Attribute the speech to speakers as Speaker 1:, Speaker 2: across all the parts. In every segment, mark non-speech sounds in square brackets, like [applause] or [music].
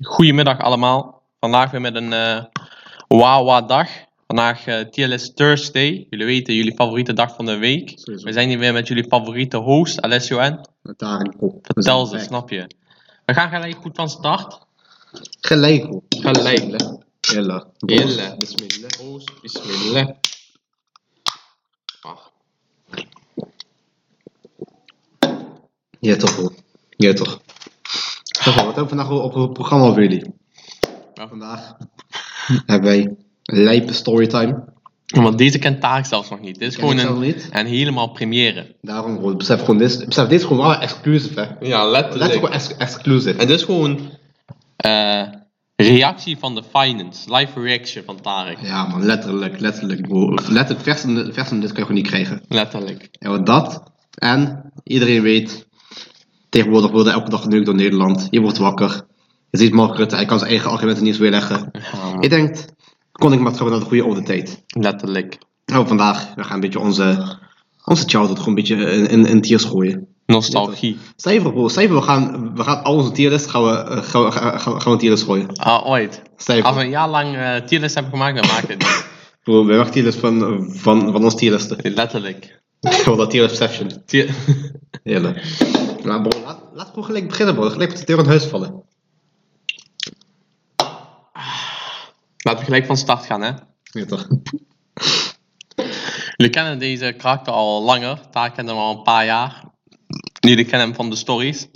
Speaker 1: Goedemiddag allemaal. Vandaag weer met een eh Wawa dag. Vandaag eh, TLS Thursday. Jullie weten, jullie favoriete dag van de week.
Speaker 2: Sowieso.
Speaker 1: We zijn hier weer met jullie favoriete host, Alessio N.
Speaker 2: Met daar een kop.
Speaker 1: Vertel ze, snap je. We gaan gelijk goed van start.
Speaker 2: Gelijk op.
Speaker 1: Gelijk.
Speaker 2: Jelle.
Speaker 1: Bismillah. Bismillah. Host, bismillah. Ah,
Speaker 2: Ja toch hoor. Ja toch. Toch hoor, wat hebben we vandaag op het programma voor jullie?
Speaker 1: Ja.
Speaker 2: Vandaag hebben wij lijpe storytime.
Speaker 1: Want deze kent Taak zelfs nog niet. Dit is
Speaker 2: Ken
Speaker 1: gewoon
Speaker 2: ik zelf
Speaker 1: een,
Speaker 2: niet.
Speaker 1: een helemaal première.
Speaker 2: Daarom hoor, besef gewoon dit. Besef dit is gewoon wel exclusief hè.
Speaker 1: Ja,
Speaker 2: Dat is gewoon ex exclusief.
Speaker 1: En dit is gewoon eh, reactie van de finance, live reaction van Tarek.
Speaker 2: Ja man, letterlijk, letterlijk bro. Letterlijk, vers in de- vers in dit kan je gewoon niet krijgen.
Speaker 1: Letterlijk.
Speaker 2: Ja, want dat. En iedereen weet, tegenwoordig wordt er elke dag geneukt door Nederland. Je wordt wakker. Je ziet Mark Rutte, hij kan zijn eigen argumenten niet eens weerleggen. Je denkt, kon ik maar terug naar de goede oude tijd.
Speaker 1: Letterlijk.
Speaker 2: Nou, vandaag, we gaan een beetje onze, onze childhood gewoon een beetje in, in, in tiers gooien.
Speaker 1: Nostalgie.
Speaker 2: Stel je voor, bro, stel je voor, we gaan, we gaan al onze tierlist gaan we, eh, gaan, we- gaan, gaan, gaan we een tierlist gooien.
Speaker 1: Ah, ooit.
Speaker 2: Stel je
Speaker 1: Als we
Speaker 2: voor,
Speaker 1: een jaar lang eh tierlist hebben gemaakt, dan maakt het niet.
Speaker 2: bro, we wachten tierlist van, van, van, onze tierlisten. [laughs]
Speaker 1: Letterlijk.
Speaker 2: Van dat tierlist session.
Speaker 1: Tier- [laughs]
Speaker 2: Heerlijk. Maar bro, laat, laat gewoon gelijk beginnen, bro. Gelijk met de deur in huis vallen.
Speaker 1: Laten we gelijk van start gaan, hè.
Speaker 2: Ja, toch?
Speaker 1: Jullie kennen deze karakter al langer. Taak kent hem al een paar jaar. Jullie kennen hem van de stories.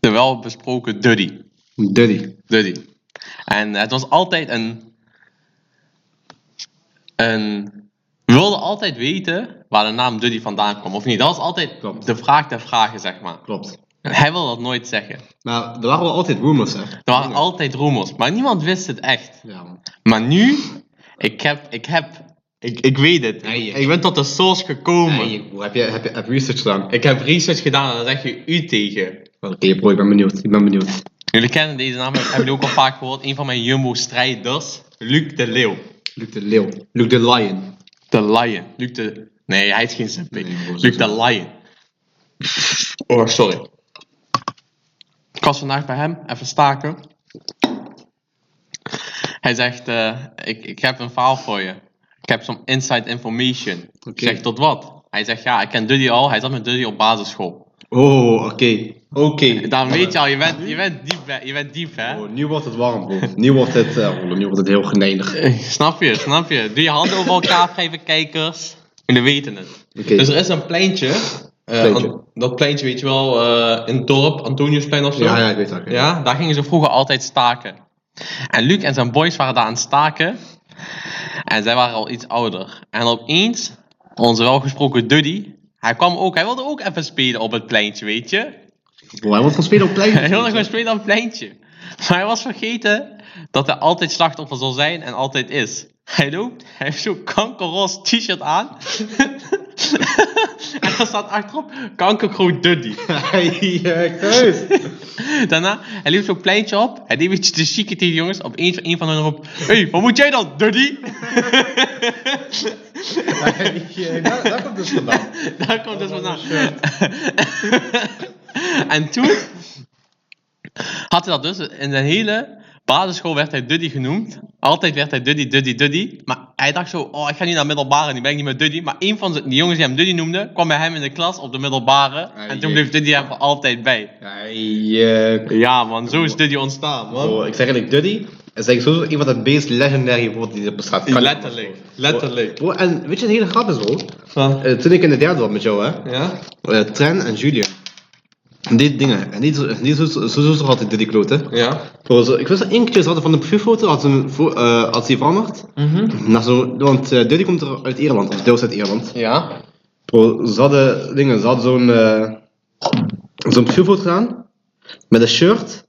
Speaker 1: De welbesproken Duddy.
Speaker 2: Duddy.
Speaker 1: Duddy. En het was altijd een. Een. We wilden altijd weten waar de naam Duddy vandaan kwam, of niet? Dat was altijd
Speaker 2: Klopt.
Speaker 1: de vraag der vragen, zeg maar.
Speaker 2: Klopt.
Speaker 1: En hij wilde dat nooit zeggen.
Speaker 2: Maar er waren wel altijd rumors, hè?
Speaker 1: Er waren altijd rumors, maar niemand wist het echt.
Speaker 2: Ja, man.
Speaker 1: Maar nu, ik heb, ik heb, ik, ik weet het.
Speaker 2: Nee, je-
Speaker 1: ik ben tot de source gekomen.
Speaker 2: Hey, hoe heb je, heb je heb je research gedaan?
Speaker 1: Ik heb research gedaan en daar zeg je u tegen.
Speaker 2: Oké, bro, ik ben benieuwd. Ik ben benieuwd.
Speaker 1: Jullie kennen deze naam, hebben jullie ook al vaak gehoord. Een van mijn jumbo-strijders, Luc de Leeuw.
Speaker 2: Luke de Leeuw. Luke de Lion.
Speaker 1: De Lion. Luc de... Nee, hij is geen simpel.
Speaker 2: Nee, hoor,
Speaker 1: Luc de
Speaker 2: sowieso.
Speaker 1: Lion. Oh, sorry. Ik was vandaag bij hem, even staken. Hij zegt, eh, ik, ik heb een verhaal voor je. Ik heb some inside information. Ik
Speaker 2: Oké.
Speaker 1: zeg, tot wat? Hij zegt, ja, ik ken Duddy al. Hij zat met Duddy op basisschool.
Speaker 2: Oh, oké. Oké.
Speaker 1: Dan weet je al, je bent, je bent diep, hè. je bent diep, hè?
Speaker 2: Oh, nu wordt het warm, bro. Nu wordt het, eh, oh, nu wordt het heel genedig.
Speaker 1: Eh, [laughs] Snap je, snap je. Doe je handen over elkaar, geven kijkers. Jullie weten het.
Speaker 2: Oké.
Speaker 1: Dus er is een pleintje. eh,
Speaker 2: Pleintje.
Speaker 1: An- dat pleintje weet je wel, eh, in het dorp, Antoniusplein of zo.
Speaker 2: Ja, ja, ik weet het. oké.
Speaker 1: Ja, daar gingen ze vroeger altijd staken. En Luc en zijn boys waren daar aan het staken. En zij waren al iets ouder. En opeens, onze welgesproken Duddy, hij kwam ook, hij wilde ook even spelen op het pleintje, weet je.
Speaker 2: Bro, hij wordt van spelen op plein.
Speaker 1: Hij wilde gewoon spelen op het pleintje. Maar hij was vergeten dat hij altijd slachtoffer zal zijn en altijd is. Hij loopt, hij heeft zo'n kankerroze t-shirt aan. [laughs] en daar staat achterop kankergroot Duddy. [laughs]
Speaker 2: ja, kruis.
Speaker 1: Daarna, hij liep zo'n pleintje op. Hij deed een beetje te chique tegen die jongens. Op een, een van hen roept, hé, hey, wat moet jij dan, Duddy? [laughs]
Speaker 2: Hey, daar, daar komt dus vandaan.
Speaker 1: [laughs] Daar komt het
Speaker 2: Oh,
Speaker 1: vandaan.
Speaker 2: dat
Speaker 1: [laughs] en toen had hij dat dus. In zijn hele basisschool werd hij Duddy genoemd. Altijd werd hij Duddy, Duddy, Duddy. Maar hij dacht zo, oh, ik ga niet naar middelbare, nu ben ik niet meer Duddy. Maar een van zijn- die jongens die hem Duddy noemde, kwam bij hem in de klas op de middelbare.
Speaker 2: Ah,
Speaker 1: en toen
Speaker 2: jee.
Speaker 1: bleef Duddy hem voor altijd bij.
Speaker 2: Hey, eh,
Speaker 1: Ja man, zo is Duddy ontstaan man.
Speaker 2: bro, ik zeg eigenlijk Duddy. En zeg ik sowieso een van de meest legendary woorden die er bestaat. Kan niet
Speaker 1: Letterlijk, letterlijk.
Speaker 2: Bro, en weet je een hele grap is, bro?
Speaker 1: Van-
Speaker 2: Eh, toen ik in de derde was met jou, hè?
Speaker 1: Ja?
Speaker 2: eh Tren en Julia. En die dingen. En die, die zo, zo, zo, zo altijd die kloten.
Speaker 1: Ja?
Speaker 2: Bro, zo- Ik wist dat één keer ze hadden van de proeffoto, had ze hem voor- eh, had ze die veranderd.
Speaker 1: Mhm.
Speaker 2: Naar zo, want eh Duddy komt er uit Ierland, of deels uit Ierland.
Speaker 1: Ja?
Speaker 2: Bro, ze hadden dingen, ze hadden zo'n eh zo'n proeffoto gedaan. Met een shirt.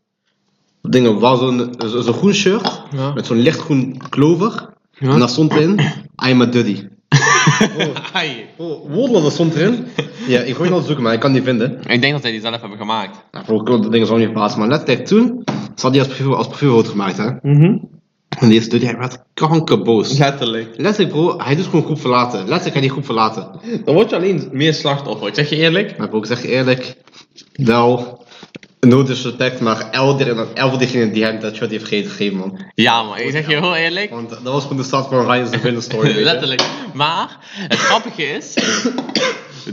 Speaker 2: Dingen, waar zo'n zo- zo'n groen shirt.
Speaker 1: Ja.
Speaker 2: Met zo'n lichtgroen klover.
Speaker 1: Ja.
Speaker 2: En daar stond erin, I'm a Duddy.
Speaker 1: [laughs] Ai.
Speaker 2: Oh, Woodlander stond erin. Ja, ik kon je al zoeken, maar ik kan het niet vinden.
Speaker 1: Ik denk dat zij die zelf hebben gemaakt.
Speaker 2: Nou, voor de dingen zo niet verplaatst, maar letterlijk toen ze had die als profiel, als profielfoto gemaakt, hè. En die is dood, hij werd kankerboos.
Speaker 1: Mhm. Letterlijk.
Speaker 2: Letterlijk, bro, hij doet gewoon groep verlaten. Letterlijk, hij die groep verlaten.
Speaker 1: Dan word je alleen meer slachtoffer, ik zeg je eerlijk.
Speaker 2: Maar bro, ik zeg je eerlijk, wel, No disrespect, maar elder en elf diegene die hem dat shot heeft gegeven, man.
Speaker 1: Ja, man, ik zeg je heel eerlijk.
Speaker 2: Want dat was gewoon de start van Ryan's
Speaker 1: [laughs]
Speaker 2: villain story. weet je.
Speaker 1: Letterlijk. Maar het grappige is.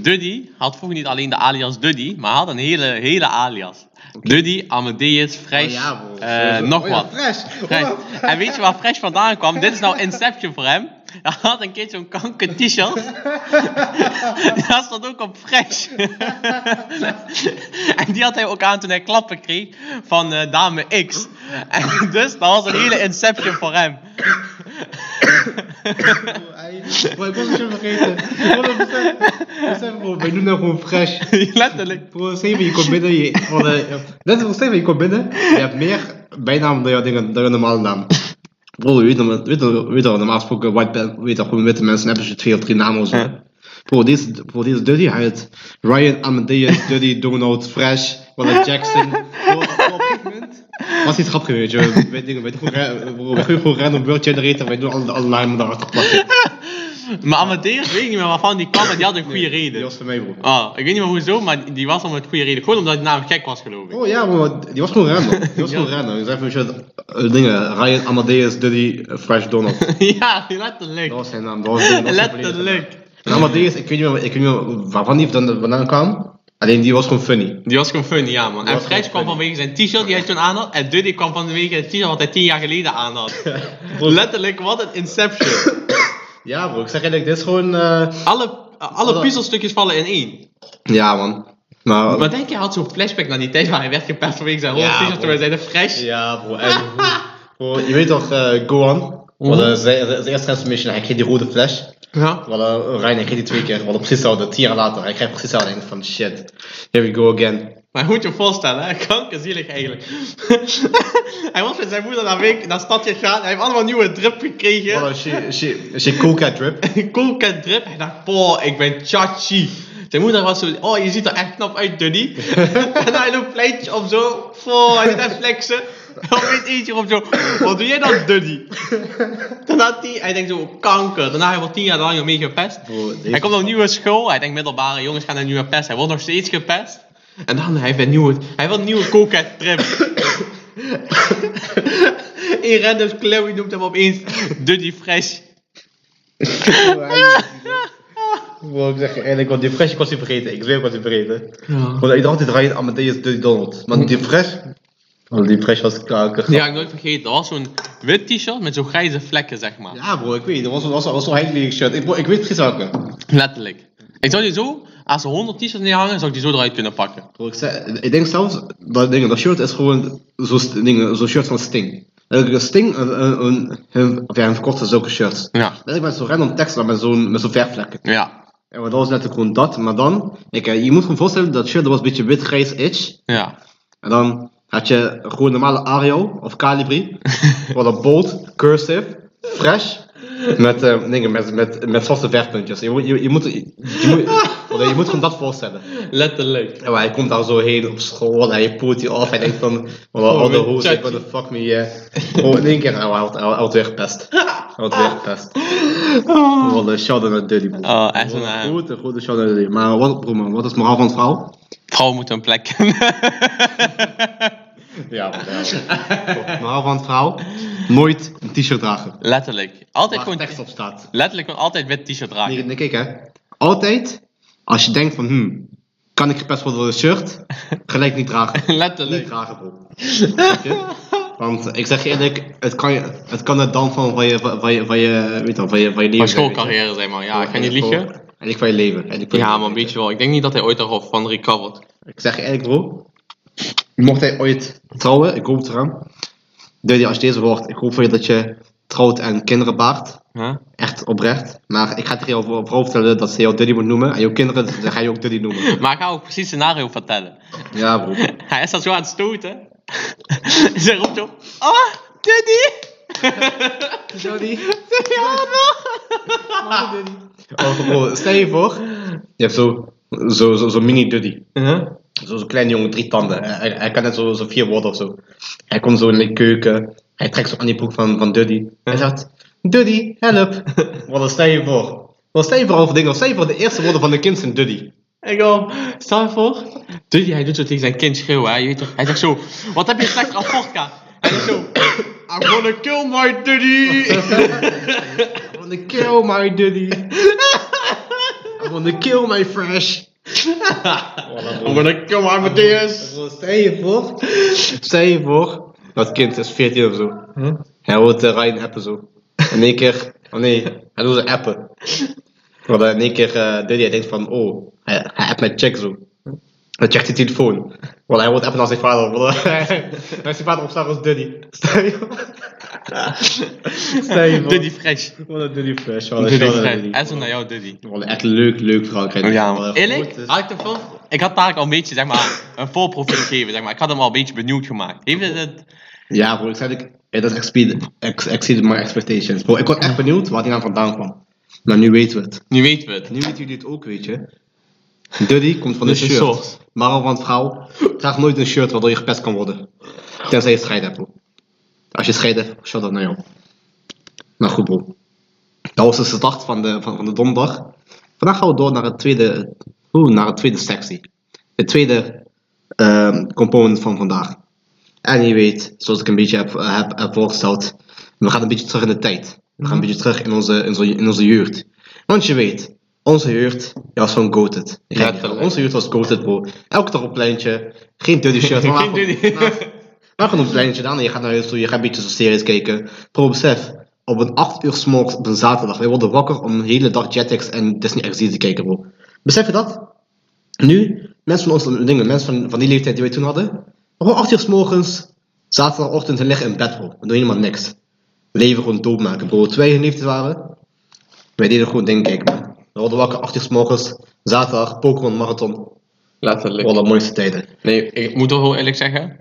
Speaker 1: Duddy had vroeger niet alleen de alias Duddy, maar had een hele, hele alias. Duddy, Amadeus, Fresh,
Speaker 2: Oh ja, bro.
Speaker 1: eh,
Speaker 2: Zo-
Speaker 1: nog
Speaker 2: oh ja,
Speaker 1: wat.
Speaker 2: Fresh. Oh,
Speaker 1: Fresh.
Speaker 2: ja.
Speaker 1: En weet je waar Fresh vandaan kwam? Dit is nou Inception voor hem. Hij had een keer zo'n kanker t-shirt. Dat stond ook op Fresh. en die had hij ook aan toen hij klappen kreeg van eh, dame X. En dus dat was een hele Inception voor hem.
Speaker 2: Hij- Bro, ik was het je vergeten. Bro, dat besef-
Speaker 1: [laughs]
Speaker 2: besef, bro, Wij doen nou gewoon fresh.
Speaker 1: Letterlijk.
Speaker 2: Bro, Steven, je komt binnen. Je, van, eh, net als Steven, je komt binnen. Je hebt meer bijnaam dan jouw dingen, dan jouw normale naam. Bro, je weet nog- weet nog- weet al, normaal gesproken, white pen, weet al, gewoon witte mensen hebben ze twee of drie namen of zo.
Speaker 1: Ja.
Speaker 2: Bro, deze, bro, deze Duddy, hij heet Ryan, Amadeus, Duddy, Donald, Fresh, Wallet Jackson. Bro, op een gegeven moment was iets grappig, weet je. We weet dingen, weet gewoon ra- bro, we gooien gewoon random word generator, wij doen alle, alle namen daarachter plakken.
Speaker 1: Maar Amadeus weet ik niet meer waarvan die kwam, maar die had een goede
Speaker 2: Die
Speaker 1: reden.
Speaker 2: was voor mij, bro.
Speaker 1: Ah, ik weet niet meer hoezo, maar die was om een goede reden. Gewoon omdat die naam gek was, geloof ik.
Speaker 2: Oh ja, maar die was gewoon random. Die was
Speaker 1: Ja.
Speaker 2: gewoon random. Ik zei van, shit, eh, dingen, Ryan, Amadeus, Duddy, eh, Fresh,
Speaker 1: [laughs]
Speaker 2: Donald. Dat
Speaker 1: ja, letterlijk.
Speaker 2: was zijn naam. Dat was, dat was zijn volledige
Speaker 1: Letterlijk.
Speaker 2: naam. En Amadeus, ik weet niet meer, ik weet niet meer waarvan die dan vandaan kwam. Alleen die was gewoon funny.
Speaker 1: Die was gewoon funny, ja man. En
Speaker 2: Die was
Speaker 1: Fresh
Speaker 2: gewoon
Speaker 1: kwam vanwege zijn t-shirt die hij toen aan had. En Duddy kwam vanwege het t-shirt wat hij tien jaar geleden aan
Speaker 2: [laughs]
Speaker 1: had. Letterlijk, wat een inception.
Speaker 2: Ja bro, ik zeg eigenlijk, dit is gewoon... eh,
Speaker 1: Alle, alle puzzelstukjes vallen in één.
Speaker 2: Ja man. Maar...
Speaker 1: Maar denk je, hij had zo'n flashback naar die tijd waar hij werd gepest vanwege zijn roze
Speaker 2: Ja,
Speaker 1: t-shirt toen hij zei de Fresh.
Speaker 2: Ja bro, en... [laughs] bro, je weet toch, eh Gohan? Wat, eh, zijn, zijn eerste transformation, hij kreeg die rode flash.
Speaker 1: Ja.
Speaker 2: Wel, eh, Ryan, ik kreeg die twee keer. Wel, precies hetzelfde. Tien jaar later. Hij krijgt precies hetzelfde. Ik denk van, shit. Here we go again.
Speaker 1: Maar je moet je voorstellen, hè? kankerzielig eigenlijk. [laughs] hij was met zijn moeder naar, week, naar stadje gegaan, hij heeft allemaal nieuwe drip gekregen.
Speaker 2: Well, she, she, she cool cat drip.
Speaker 1: [laughs] Koelkend drip. Hij dacht, boah, ik ben chachi. Zijn moeder was zo, oh, je ziet er echt knap uit, Duddy. en hij loopt pleitje op zo, boah, hij zit echt flexen. [laughs] Dan weet eentje op zo, wat doe jij dan, Duddy? Daarna tien, hij denkt zo, kanker. Daarna hij wordt tien jaar lang mee gepest.
Speaker 2: Bro, Oh, deze-
Speaker 1: Hij komt op nieuwe school. Hij denkt middelbare jongens gaan naar nieuwe pest. Hij wordt nog steeds gepest. En dan hij heeft een nieuwe, hij wil een nieuwe coquette
Speaker 2: [coughs]
Speaker 1: trip. In random Chloe noemt hem opeens Duddy
Speaker 2: [coughs]
Speaker 1: Fresh.
Speaker 2: Bro, ik zeg je eerlijk, want die fresh ik was hij vergeten. Ik zweer ik was hij vergeten.
Speaker 1: Ja.
Speaker 2: Want ik dacht altijd Ryan Amadeus Dudley Donald. Maar die fresh... want die fresh was kaker.
Speaker 1: Die ga ik nooit vergeten. Dat was zo'n wit t-shirt met zo'n grijze vlekken, zeg maar.
Speaker 2: Ja bro, ik weet het. Dat was, was, was zo'n heilige shirt. Ik, bro, ik weet precies welke.
Speaker 1: Letterlijk. Ik zou die zo, als er 100 t-shirts neerhangen, zou ik die zo eruit kunnen pakken.
Speaker 2: Bro, ik, zeg, ik denk zelfs dat, dingen, dat shirt is gewoon zo'n st- dingen, zo'n shirt van Sting. Elke Sting, een, een, een, hun- of ja, hun verkochten zulke shirts.
Speaker 1: Ja.
Speaker 2: Dat ik met zo'n random tekst, maar met zo'n met zo'n verfvlekken.
Speaker 1: Ja.
Speaker 2: Ja, maar dat was net gewoon dat. Maar dan, ik, eh, je moet gewoon voorstellen dat shirt dat was een beetje wit-grijs itch.
Speaker 1: Ja.
Speaker 2: En dan had je gewoon normale Ario of Calibri. Wat een bold, cursive, fresh. Met, eh, dingen, met, met, met vaste verfpuntjes. Je, moet- je, je, moet, je, moet, want je moet gewoon dat voorstellen.
Speaker 1: Letterlijk.
Speaker 2: En maar hij komt daar zo heen op school en je poelt je af. En denkt van, wat een
Speaker 1: Oh,
Speaker 2: oude
Speaker 1: mijn
Speaker 2: hoes, ik
Speaker 1: chatje.
Speaker 2: what the fuck me. eh. Gewoon in één keer, oh, hij had- hij had weer gepest. Hij had weer gepest. Wat een shout-out naar Dudley. bro.
Speaker 1: Oh, echt een
Speaker 2: Goed,
Speaker 1: eh,
Speaker 2: Goed, een goede shout-out naar Dudley. Maar wat, broer, man, wat is het moraal van het verhaal?
Speaker 1: Vrouwen moeten een plek [laughs] kennen.
Speaker 2: Ja,
Speaker 1: [laughs]
Speaker 2: moraal van het verhaal. Nooit een t-shirt dragen.
Speaker 1: Letterlijk. Altijd
Speaker 2: Waar
Speaker 1: gewoon,
Speaker 2: tekst op staat.
Speaker 1: letterlijk gewoon altijd wit t-shirt dragen. [laughs]
Speaker 2: Nee, nee, kijk hè. Altijd, als je denkt van, hmm, kan ik gepest worden door een shirt? Gelijk niet
Speaker 1: [laughs]
Speaker 2: dragen. Niet
Speaker 1: Letterlijk.
Speaker 2: dragen, bro. Snap je? Want ik zeg je eerlijk, het kan, je- het, kan het dan van, van, je, van, je, van, je, weet je, van, je, van
Speaker 1: Van
Speaker 2: je leven. zijn, weet je.
Speaker 1: schoolcarrière, zeg maar. Ja, ik ga niet
Speaker 2: Gewoon-
Speaker 1: liegen.
Speaker 2: En ik van je leven. En ik van
Speaker 1: Ja,
Speaker 2: je leven,
Speaker 1: maar een
Speaker 2: weet je.
Speaker 1: beetje wel. Ik denk niet dat hij ooit daarop van recovert.
Speaker 2: Ik zeg je eerlijk, bro. Mocht hij ooit trouwen, ik hoop het eraan. Dudley, als je deze hoort, ik hoop voor je dat je trouwt en kinderen baart.
Speaker 1: Huh?
Speaker 2: Echt oprecht. Maar ik ga tegen jou voor- vooral vertellen dat ze jou Dudley moet noemen. En jouw kinderen, dan ga je ook Dudley noemen.
Speaker 1: Maar ik ga ook precies het scenario vertellen.
Speaker 2: [laughs]
Speaker 1: [laughs]
Speaker 2: Ja, bro.
Speaker 1: Hij is dat zo aan het stoten. [laughs] Ze roept zo. Oh, [laughs] Duddy!
Speaker 2: Dudley.
Speaker 1: Duddy, oh
Speaker 2: Oh, bro, stel je voor. Je hebt zo'n zo, zo, zo'n mini Dudley. Zo- Zo'n kleine jongen, drie tanden. Hij, hij- hij kan net zo, zo vier woorden of zo. Hij komt zo in de keuken. Hij trekt zo aan die broek van, van Duddy. Hij zegt, Duddy, [laughs] help. Wat een stel je voor. Wat stel je voor over dingen? Wat stel je voor de eerste woorden van de kind zijn Duddy?
Speaker 1: Ik al, stel je voor. Duddy, hij doet zo tegen zijn kind schreeuwen. Hè. Je weet toch, hij zegt zo, wat heb je
Speaker 2: [laughs]
Speaker 1: slecht aan vodka? Hij zegt zo, I'm gonna kill my Duddy.
Speaker 2: I wanna kill my duddy. [laughs] I wanna kill my fresh.
Speaker 1: I'm gonna kill my Matthias.
Speaker 2: Stel je voor. Stel je voor. Dat kind is 14 of zo. Hij hoort uh, Ryan appen zo. In één keer. Oh nee, hij doet ze appen. Maar dan in één keer eh Diddy hij denkt van oh, hij, hij appt met check zo. Hij checkt die telefoon. Want hij wordt appen naar zijn vader. Want [laughs] hij is zijn vader opstaan als Diddy. Stel je voor. Stel je voor.
Speaker 1: Duddy fresh.
Speaker 2: Wat een Diddy fresh. Wat een
Speaker 1: Duddy
Speaker 2: shout-out naar
Speaker 1: fresh.
Speaker 2: Diddy.
Speaker 1: En zo naar jou, Duddy.
Speaker 2: Wat een echt leuk, leuk Frankrijk. Wat
Speaker 1: Ja,
Speaker 2: een
Speaker 1: eerlijk,
Speaker 2: grote-
Speaker 1: had ik, de voor, ik had daar al een beetje zeg maar, een voorproefje gegeven. Zeg maar. Ik had hem al een beetje benieuwd gemaakt. Heeft het het?
Speaker 2: Ja, bro, ik zei dat ik- eh, dat exceeded, ex, exceeded my expectations. Bro, ik was echt benieuwd waar die naam vandaan kwam. Maar nu weten we het.
Speaker 1: Nu weten we het.
Speaker 2: Nu weten jullie het ook, weet je. Duddy komt van
Speaker 1: Dus
Speaker 2: een
Speaker 1: een
Speaker 2: shirt.
Speaker 1: soort.
Speaker 2: Maar van vrouw draagt nooit een shirt waardoor je gepest kan worden. Tenzij je scheid hebt, bro. Als je scheid hebt, shout out naar jou. Nou goed, bro. Dat was dus de dag van de, van, van de donderdag. Vandaag gaan we door naar het tweede, oeh, naar het tweede sectie. De tweede ehm, component van vandaag. En je weet, zoals ik een beetje heb, heb, heb voorgesteld, we gaan een beetje terug in de tijd. We
Speaker 1: Mhm.
Speaker 2: gaan een beetje terug in onze, in onze, in onze jeugd. Want je weet, onze jeugd ja, was gewoon goated. Ik weet niet,
Speaker 1: Letterlijk.
Speaker 2: Onze jeugd was goated, bro. Elke dag op pleintje, geen dirty
Speaker 1: [laughs]
Speaker 2: shirt, maar
Speaker 1: Geen duddy.
Speaker 2: maar gewoon een pleintje dan. en Je gaat naar huis toe, je gaat een beetje zo'n series kijken. Pro besef, op een 8 uur s'morgens op een zaterdag. Wij worden wakker om de hele dag Jetix en Disney XD te kijken, bro. Besef je dat? Nu, mensen van ons, dingen, mensen van, van die leeftijd die wij toen hadden. Gewoon 8 uur s'morgens, zaterdagochtend, ze liggen in bed, bro. We doen helemaal niks. Leven gewoon doodmaken, bro. Terwijl wij in leeftijd waren, wij deden gewoon dingen kijken, man. We worden wakker 8 uur s'morgens, zaterdag, Pokémon Marathon.
Speaker 1: Letterlijk.
Speaker 2: Wat de mooiste tijden.
Speaker 1: Nee, ik moet toch heel eerlijk zeggen.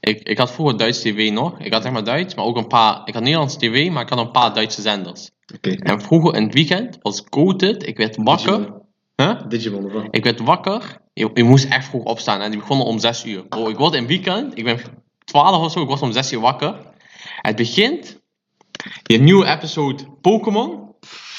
Speaker 1: Ik, ik had vroeger Duits tv nog. Ik had zeg maar Duits, maar ook een paar. Ik had Nederlands tv, maar ik had een paar Duitse zenders.
Speaker 2: Oké.
Speaker 1: En vroeger in het weekend was goated. Ik werd wakker. Huh?
Speaker 2: Digimon, of wat?
Speaker 1: Ik werd wakker. Ik, ik moest echt vroeg opstaan. En die begonnen om 6 uur. Bro, ik word in het weekend. Ik ben 12 of zo. Ik was om 6 uur wakker. Het begint. Je nieuwe episode Pokémon.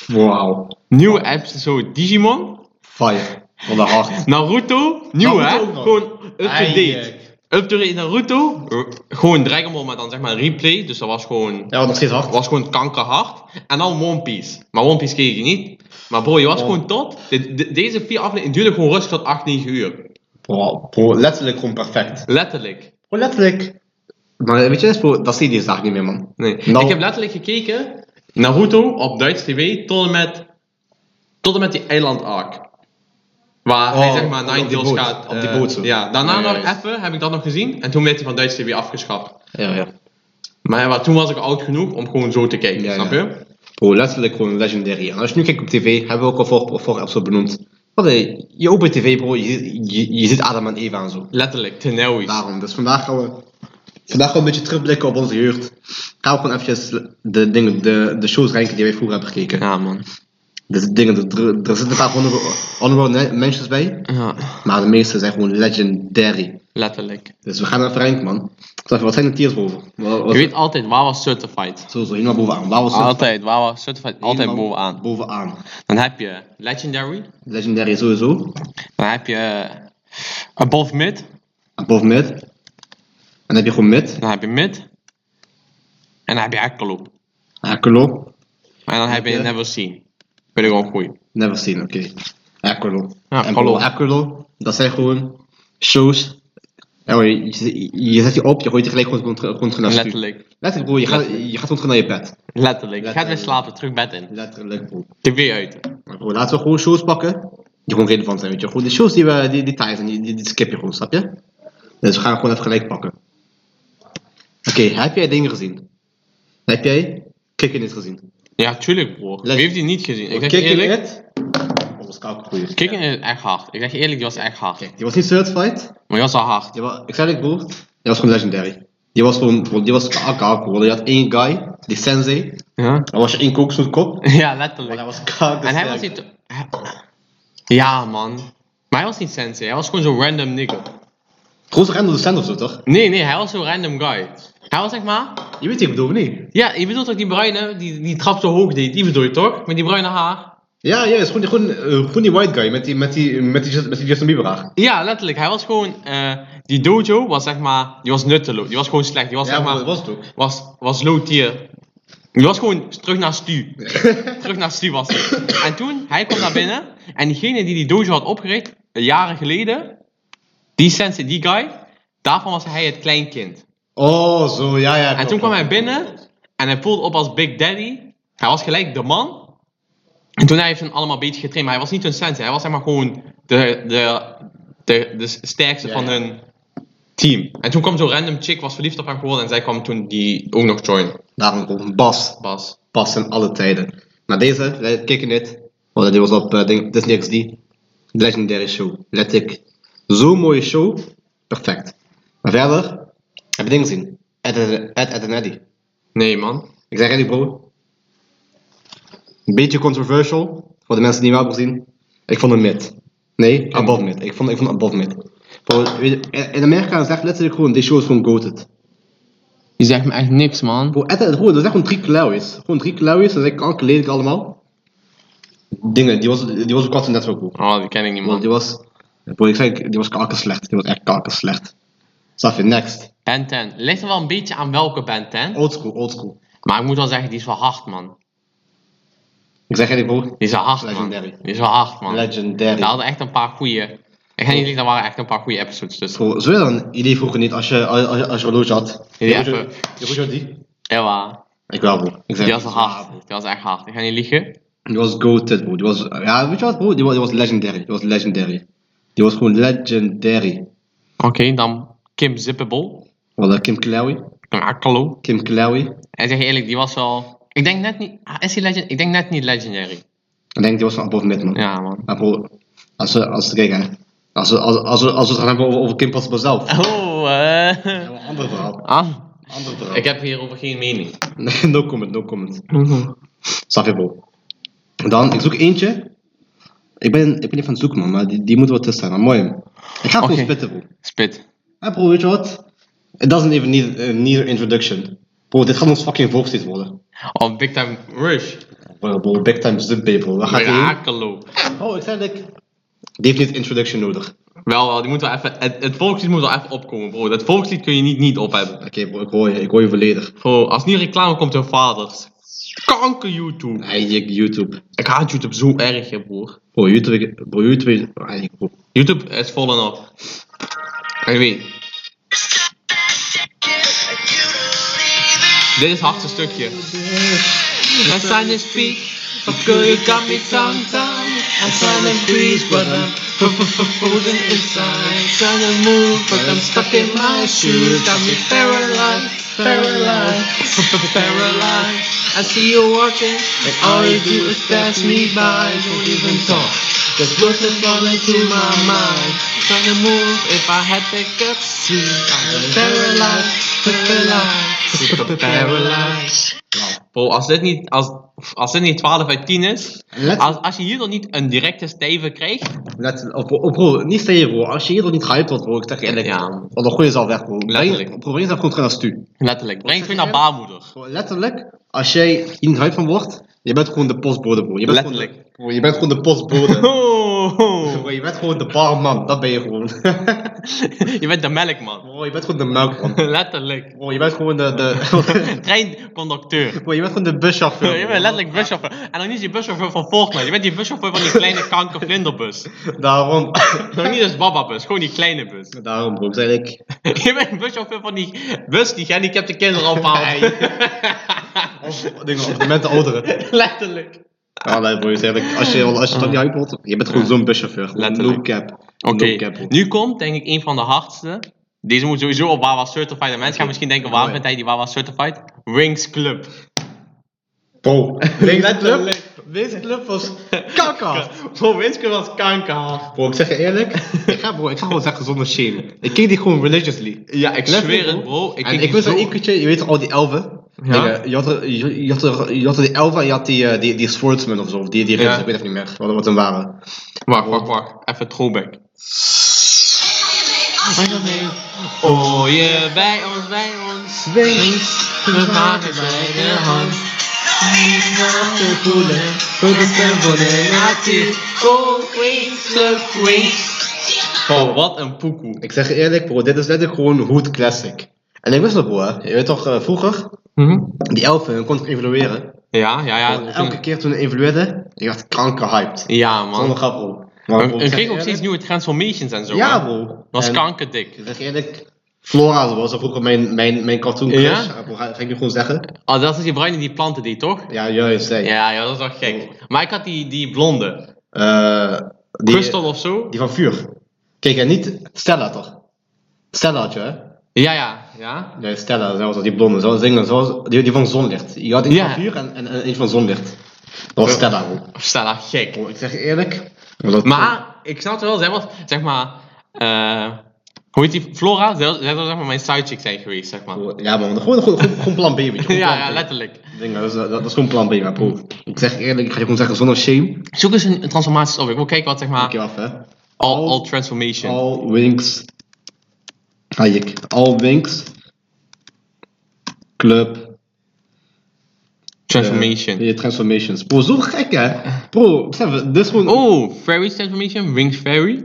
Speaker 2: Wauw.
Speaker 1: Nieuwe episode Digimon.
Speaker 2: Fire. Van de hart.
Speaker 1: Naruto. Nieuw
Speaker 2: Naruto
Speaker 1: hè?
Speaker 2: ook nog.
Speaker 1: Gewoon up-to-date.
Speaker 2: Eindelijk.
Speaker 1: Up-to-date Naruto. Eh, Gewoon Dragon Ball, maar dan zeg maar replay. Dus dat was gewoon,
Speaker 2: Ja, wat nog steeds hard.
Speaker 1: was gewoon kankerhard. En dan One Piece. Maar One Piece keek ik niet. Maar bro, je was
Speaker 2: Oh.
Speaker 1: gewoon tot. De- de- deze vier afleveringen duurden gewoon rustig tot 8, 9 uur.
Speaker 2: Bro, bro, letterlijk gewoon perfect.
Speaker 1: Letterlijk.
Speaker 2: Bro, letterlijk. Maar weet je, eens, bro, dat zie je vandaag niet meer, man.
Speaker 1: Nee.
Speaker 2: Nou-
Speaker 1: Ik heb letterlijk gekeken Naruto op Duits TV tot en met, tot en met die eiland arc. Waar
Speaker 2: Oh,
Speaker 1: hij zeg maar
Speaker 2: op
Speaker 1: nine
Speaker 2: die
Speaker 1: deels
Speaker 2: boot.
Speaker 1: gaat.
Speaker 2: Op die
Speaker 1: eh,
Speaker 2: boot zo.
Speaker 1: Ja, daarna
Speaker 2: Ja, ja,
Speaker 1: nog
Speaker 2: ja.
Speaker 1: even heb ik dat nog gezien. En toen werd hij van Duits TV afgeschaft.
Speaker 2: Ja, ja.
Speaker 1: Maar ja, wat- toen was ik oud genoeg om gewoon zo te kijken,
Speaker 2: Ja,
Speaker 1: snap
Speaker 2: ja.
Speaker 1: je?
Speaker 2: Bro, letterlijk gewoon legendary. En als je nu kijkt op tv, hebben we ook al vorige vorige episode benoemd. Wat een- je opent tv, bro, je, ziet- je, je ziet Adam en Eva en zo.
Speaker 1: Letterlijk, Tenelwies.
Speaker 2: Daarom, dus vandaag gaan we... Vandaag gewoon een beetje terugblikken op onze jeugd. Gaan we gewoon eventjes de, dingen, de, de shows ranken die wij vroeger hebben gekeken.
Speaker 1: Ja, man.
Speaker 2: Dus dingen, er, er zitten een paar honorable, honorable mentions bij.
Speaker 1: Ja,
Speaker 2: Maar de meeste zijn gewoon legendary.
Speaker 1: letterlijk.
Speaker 2: Dus we gaan even ranken, man. Ik dacht, wat zijn de tiers boven? Wat, wat,
Speaker 1: Je weet altijd, waar was Certified?
Speaker 2: Sowieso, helemaal bovenaan. Waar was het?
Speaker 1: Altijd, waar was Certified? Altijd
Speaker 2: Helemaal
Speaker 1: bovenaan.
Speaker 2: Bovenaan.
Speaker 1: Dan heb je Legendary.
Speaker 2: Legendary sowieso.
Speaker 1: Dan heb je eh, Above Mid.
Speaker 2: Boven mid. En dan heb je gewoon mid.
Speaker 1: Dan heb je mid. En dan heb je Ekkelop.
Speaker 2: Akolo.
Speaker 1: En dan heb je
Speaker 2: Ja.
Speaker 1: Never Seen. Vind ik ook goed.
Speaker 2: Never seen, oké. Akolo.
Speaker 1: Ja,
Speaker 2: En
Speaker 1: Akolo.
Speaker 2: boven Akolo, dat zijn gewoon shows. Ja, maar je, je, je zet je op, je gooit je gelijk gewoon, gewoon, terug- gewoon terug naar stuur.
Speaker 1: Letterlijk.
Speaker 2: Letterlijk, bro, je gaat, je gaat gewoon terug naar je bed.
Speaker 1: Letterlijk. Je gaat weer
Speaker 2: Letterlijk.
Speaker 1: slapen, terug bed in.
Speaker 2: Letterlijk, bro.
Speaker 1: TV uit.
Speaker 2: Maar bro, laten we gewoon shows pakken die gewoon relevant zijn, weet je. Gewoon de shows die, we, die, die taai zijn, die, die, die skip je gewoon, snap je? Dus we gaan gewoon even gelijk pakken. Oké, heb jij dingen gezien? Heb jij Kick in It gezien?
Speaker 1: Ja, tuurlijk broer. Wie
Speaker 2: Let-
Speaker 1: heeft die niet gezien? Ik zeg
Speaker 2: Kick
Speaker 1: je
Speaker 2: in
Speaker 1: eerlijk.
Speaker 2: It? Oh, dat is koud goeie.
Speaker 1: Kick in is echt hard. Ik zeg je eerlijk, die was echt hard.
Speaker 2: Kijk, die was niet certified.
Speaker 1: Maar die was al hard.
Speaker 2: Die was, ik zei het broer, die was gewoon legendary. Die was gewoon, bro, die was kakak geworden. Je had één guy, die sensei.
Speaker 1: Ja?
Speaker 2: Dan was je één kokosnoot
Speaker 1: [laughs]
Speaker 2: kop.
Speaker 1: Ja,
Speaker 2: Maar hij
Speaker 1: letterlijk.
Speaker 2: was kakak.
Speaker 1: En hij was niet... Ja, man. Maar hij was niet sensei. Hij was gewoon zo'n random nigger.
Speaker 2: Gewoon zo'n random docent of zo, toch?
Speaker 1: Nee, nee. Hij was zo'n random guy. Hij was zeg maar...
Speaker 2: Je weet wat ik bedoel, of niet?
Speaker 1: Ja, je bedoelt ook die bruine, die, die trap zo hoog deed, die bedoel je toch? Met die bruine haar.
Speaker 2: Ja, ja, is gewoon, die- gewoon, eh, gewoon die white guy met die, met die, met die, met die Justin Bieber haar.
Speaker 1: Ja, letterlijk. Hij was gewoon... eh, die dojo was zeg maar... Die was nutteloos. Die was gewoon slecht. Die was
Speaker 2: Ja,
Speaker 1: zeg maar...
Speaker 2: maar dat was het ook.
Speaker 1: was, was low tier. Die was gewoon terug naar
Speaker 2: [laughs]
Speaker 1: Stu. terug naar Stu was hij. En toen, hij kwam naar binnen. En diegene die die dojo had opgericht, eh, jaren geleden. Die sensei, die guy. Daarvan was hij het kleinkind.
Speaker 2: Oh, zo, ja, ja.
Speaker 1: En toen kwam hij binnen. En hij voelde op als Big Daddy. Hij was gelijk de man. En toen hij heeft hem allemaal een beetje getraind. Maar hij was niet hun sensei. Hij was zeg maar gewoon de, de, de, de sterkste
Speaker 2: Ja,
Speaker 1: van
Speaker 2: ja.
Speaker 1: hun team. En toen kwam zo'n random chick, was verliefd op hem geworden. En zij kwam toen die ook nog joinen.
Speaker 2: Daarom komt Bas.
Speaker 1: Bas.
Speaker 2: Bas in alle tijden. Maar deze, wij keken dit. Want die was op eh, ding, Disney XD. Legendary show. Let ik. Zo'n mooie show. Perfect. Maar verder, heb je dingen gezien? Ed, Ed, Ed, Ed en Eddy.
Speaker 1: Nee, man.
Speaker 2: Ik zeg eerlijk bro. Een beetje controversial. Voor de mensen die hem wel hebben gezien. Ik vond hem mid. Nee, above mid. Ik vond, ik vond hem above mid. Voor- weet je, in Amerika zegt letterlijk gewoon, deze show is gewoon goated.
Speaker 1: Je zegt me echt niks, man.
Speaker 2: Bro, Ed, gewoon, dat zijn gewoon drie klauwjes. Gewoon drie klauwjes, dat zijn kanker lelijk allemaal. Dingen, die was, die was ook altijd net zo goed.
Speaker 1: Oh, die ken ik niet,
Speaker 2: Want
Speaker 1: man.
Speaker 2: die was, bro, ik zei, die was kanker slecht. Die was echt kanker slecht. Snap je, next.
Speaker 1: Ben 10. Ligt er wel een beetje aan welke Ben 10.
Speaker 2: Old school, old school.
Speaker 1: Maar ik moet wel zeggen, die is wel hard, man.
Speaker 2: Ik zeg eerlijk bro,
Speaker 1: Die is wel hard, man.
Speaker 2: Legendary.
Speaker 1: Die is wel hard, man.
Speaker 2: legendary.
Speaker 1: Daar hadden echt een paar goede. Ik ga niet liegen, daar waren echt een paar goede episodes tussen.
Speaker 2: Bro, zou je dan idee vroeger niet als je, als je, als je horloge had?
Speaker 1: Ja,
Speaker 2: Je horloge-
Speaker 1: even.
Speaker 2: je horloge had die?
Speaker 1: Ja, waar.
Speaker 2: Ik wel, bro. Ik zeg,
Speaker 1: Die was wel
Speaker 2: zwaar,
Speaker 1: hard.
Speaker 2: bro.
Speaker 1: Die was echt hard. Ik ga niet liegen.
Speaker 2: Die was goated, bro. Die was, ja, weet je wat, bro? Die was, die was legendary. Die was legendary. Die was gewoon legendary.
Speaker 1: Oké, dan Kim Zippable.
Speaker 2: Voilà, Kim Klawi.
Speaker 1: Kim Akalo.
Speaker 2: Kim Klawi.
Speaker 1: En zeg je eerlijk, die was wel... Ik denk net niet... ah, Is hij legend? Ik denk net niet legendary.
Speaker 2: Ik denk, die was van above mid, man.
Speaker 1: Ja, man.
Speaker 2: Maar bro, als we, als we, kijk, hè. Als we, als, als we, als we het gaan hebben over, over Kim Possible zelf. Dat
Speaker 1: Oh, eh...
Speaker 2: is wel Een ander verhaal.
Speaker 1: Ah.
Speaker 2: Ander verhaal.
Speaker 1: Ik heb hierover geen mening.
Speaker 2: [laughs] no comment, no comment. Snap je, bro? Dan, ik zoek eentje. Ik ben, ik ben niet van het zoeken, man, maar die, die moet wel tussen zijn. Maar mooi. Ik ga gewoon
Speaker 1: Oké.
Speaker 2: spitten, bro.
Speaker 1: Spit.
Speaker 2: Hé, bro, weet je wat? It doesn't even need, eh, need an introduction. Bro, dit gaat ons fucking volkslied worden.
Speaker 1: Oh, Big Time Rush.
Speaker 2: Bro, bro big time zip, bro. Waar gaat
Speaker 1: Bij
Speaker 2: hij heen?
Speaker 1: Akelo.
Speaker 2: Oh, ik zei dat ik... Die heeft niet introduction nodig.
Speaker 1: Wel, wel, die moet wel even, het, het volkslied moet wel even opkomen, bro. Dat volkslied kun je niet niet op hebben.
Speaker 2: Oké, bro, ik hoor je. Ik hoor je volledig.
Speaker 1: Bro, als niet reclame komt, hun vaders. Kanker YouTube.
Speaker 2: Nee, je- YouTube.
Speaker 1: Ik haat YouTube zo erg, hè, broer.
Speaker 2: Bro, YouTube... ik- Bro, YouTube... Nee, bro.
Speaker 1: YouTube is vol en op. En weet, dit is het hardste stukje. I sign this speak, but girl you got me sometimes. I sign and breeze, but I'm f- f- f- frozen inside. Trying to move, but I'm stuck in my shoes. Got me paralyzed, paralyzed, [laughs] f- f- paralyzed. I see you walking, and all you do is pass me by. Don't even talk. Just words are falling to my mind. Trying to move, if I had the
Speaker 2: [laughs]
Speaker 1: guts to, I'm paralyzed, paralyzed, paralyzed. Bro, als dit niet, als, als dit niet 12 uit 10 is,
Speaker 2: Let-
Speaker 1: als, als je hier dan niet een directe stijve krijgt,
Speaker 2: Let, oh, bro, oh, bro, niet stijgen, bro. Als je hier nog niet gehyped wordt, bro, ik zeg je eerlijk.
Speaker 1: Ja.
Speaker 2: Want dan gooi je zelf weg, bro.
Speaker 1: Letterlijk.
Speaker 2: Breng, bro, breng jezelf gewoon terug naar stu.
Speaker 1: letterlijk, breng
Speaker 2: zeg
Speaker 1: het weer
Speaker 2: je?
Speaker 1: naar baarmoeder. [laughs]
Speaker 2: Bro, Letterlijk, als jij hier niet hyped van wordt, je bent gewoon de postbode, bro. Je bent gewoon de-
Speaker 1: Letterlijk.
Speaker 2: bro, je bent gewoon de postbode.
Speaker 1: Oh,
Speaker 2: Bro, je bent gewoon de barman, dat ben je gewoon. [laughs]
Speaker 1: je bent de melkman.
Speaker 2: bro, je bent gewoon de melkman.
Speaker 1: [laughs] letterlijk.
Speaker 2: Bro, je bent gewoon de... de [laughs]
Speaker 1: Treinconducteur. [laughs]
Speaker 2: bro, je bent gewoon de buschauffeur.
Speaker 1: Je bent letterlijk buschauffeur. En dan niet die buschauffeur van Fortnite, je bent die buschauffeur van die kleine kanker vlinderbus.
Speaker 2: Daarom, [laughs]
Speaker 1: Nog niet eens bababus, gewoon die kleine bus. [laughs]
Speaker 2: daarom bro, zei ik.
Speaker 1: Je bent buschauffeur van die bus die gehandicapte kinderen ophaalt.
Speaker 2: Of, dingen, of de mensen ouderen.
Speaker 1: letterlijk.
Speaker 2: Ja, nee, bro, zeg ik. Als je, als je dan niet hyped wordt, je bent gewoon zo'n buschauffeur. Gewoon
Speaker 1: Letterlijk.
Speaker 2: No cap.
Speaker 1: Oké,
Speaker 2: No cap, bro.
Speaker 1: nu komt denk ik een van de hardste. Deze moet sowieso op Wawa Certified. En mensen gaan misschien denken, waarom
Speaker 2: Oh, ja.
Speaker 1: vindt hij die Wawa Certified? Wings Club. [laughs]
Speaker 2: Bro, [laughs] deze club,
Speaker 1: Letterlijk.
Speaker 2: deze
Speaker 1: [laughs]
Speaker 2: club was kakker.
Speaker 1: Bro, Wings Club was kankerhard.
Speaker 2: Bro, ik zeg je eerlijk, [laughs] ik ga, bro, ik ga gewoon zeggen zonder shame. Ik keek die gewoon religiously.
Speaker 1: Ja, ik
Speaker 2: Letterlijk,
Speaker 1: zweer het bro. Ik
Speaker 2: en
Speaker 1: keek
Speaker 2: ik
Speaker 1: die
Speaker 2: wist
Speaker 1: zo-
Speaker 2: wel één keertje, je weet al die elfen.
Speaker 1: Ja.
Speaker 2: Dingen, Je, had er, je, je had er, je had er die elfen en je had die, eh, die, die swordsman of zo, of die, die ridders,
Speaker 1: Ja.
Speaker 2: ik weet even niet meer wat, wat hem waren.
Speaker 1: Wacht, wacht, wacht. Even
Speaker 2: Oh,
Speaker 1: throwback. Oh je bij ons, bij ons. Wings, we vader bij de hand.
Speaker 2: te voelen, voor de stem van de natie. Always the queen.
Speaker 1: Oh, wat een poekoe.
Speaker 2: Ik zeg je eerlijk, bro, dit is letterlijk gewoon Hood Classic. En ik wist nog, bro, hè. je weet toch, eh, vroeger, die elfen kon ik evalueren.
Speaker 1: Ja, ja, ja.
Speaker 2: En Mhm. Oh, elke keer toen ik evalueerde, ik werd kanker hyped.
Speaker 1: Ja, man.
Speaker 2: Zonder grap, bro. Maar, bro,
Speaker 1: We
Speaker 2: ik zeg
Speaker 1: kregen
Speaker 2: je
Speaker 1: ook steeds
Speaker 2: eerlijk-
Speaker 1: nieuwe transformations en zo.
Speaker 2: Ja,
Speaker 1: hè.
Speaker 2: bro.
Speaker 1: Dat was
Speaker 2: En-
Speaker 1: kankerdik.
Speaker 2: Ik zeg je eerlijk, Flora was vroeger mijn, mijn, mijn cartoon crush.
Speaker 1: Ja?
Speaker 2: Ja, bro, ga ga ik nu gewoon zeggen?
Speaker 1: Ah, dat is die Brian die planten die, toch?
Speaker 2: Ja, juist, zeg.
Speaker 1: Ja, ja, dat is wel gek. Maar ik had die, die blonde.
Speaker 2: Eh, die,
Speaker 1: Crystal of zo?
Speaker 2: die van vuur. Kijk, en niet Stella toch? Stella had je, hè?
Speaker 1: Ja, ja, ja.
Speaker 2: Nee, Stella, zoals die blonde, zoals zingen, zoals, die, die van zonlicht. Je had eentje
Speaker 1: Ja.
Speaker 2: van vuur en, en, en eentje van zonlicht. Dat was
Speaker 1: Ja.
Speaker 2: Stella ook.
Speaker 1: Stella, gek.
Speaker 2: Ik zeg je eerlijk. dat-
Speaker 1: Maar ik snap het wel, zij was, zeg maar, eh, hoe heet die, Flora, zij, was- zij zou zeg maar mijn sidechick zijn geweest, zeg maar.
Speaker 2: Ja, man, gewoon, gewoon, gewoon, gewoon plan B. weet je,
Speaker 1: [laughs]
Speaker 2: gewoon
Speaker 1: Ja,
Speaker 2: plan
Speaker 1: ja,
Speaker 2: B.
Speaker 1: letterlijk.
Speaker 2: Dingen, dat, is, dat, dat is gewoon plan B, maar bro. Ik zeg je eerlijk, ik ga je gewoon zeggen zonder shame.
Speaker 1: Zoek eens een, een transformatie op, ik wil kijken wat, zeg
Speaker 2: Pak
Speaker 1: maar,
Speaker 2: je af, hè.
Speaker 1: all, all transformation.
Speaker 2: All Winks. Hayek. All Winks. Club.
Speaker 1: transformation.
Speaker 2: Eh, je transformations. Bro, zo gek hè. Bro, besef, het, dit is gewoon...
Speaker 1: Oh, Fairy's transformation, Wings Fairy.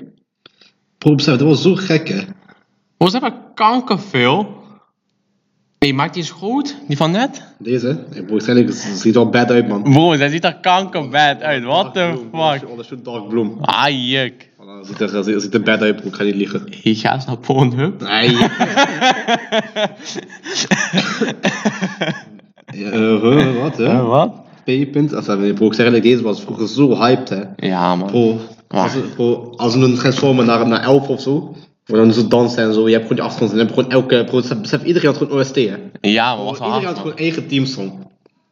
Speaker 2: Bro, besef, het, dit was zo gek hè.
Speaker 1: Was dat maar kankerveel? Nee, maakt die eens groot, die van net?
Speaker 2: Deze. Hey, bro, waarschijnlijk z- ziet er al bad uit man.
Speaker 1: Bro, zij ziet er kankerbad uit, what the fuck.
Speaker 2: Dat is zo'n dark bloem.
Speaker 1: Ah, juk.
Speaker 2: Voilà, Ziet er, ziet, ziet er bad uit bro, ik ga niet liegen.
Speaker 1: Je gaat naar Pornhub.
Speaker 2: [laughs]
Speaker 1: [laughs]
Speaker 2: Nee. Eh, huh, wat hè?
Speaker 1: wat?
Speaker 2: P-punt. Als dat- Bro, ik zeg eerlijk, deze was vroeger zo hyped hè.
Speaker 1: Ja, man.
Speaker 2: Bro, als, we- bro, als we een transformen naar, naar 11 of zo, we dan zo dansen en zo, je hebt gewoon die afstand en je hebt gewoon elke, bro, besef- besef, iedereen had gewoon OST hè.
Speaker 1: Ja, maar was wel
Speaker 2: Oh, Iedereen
Speaker 1: hard,
Speaker 2: had
Speaker 1: man.
Speaker 2: gewoon eigen teamsong.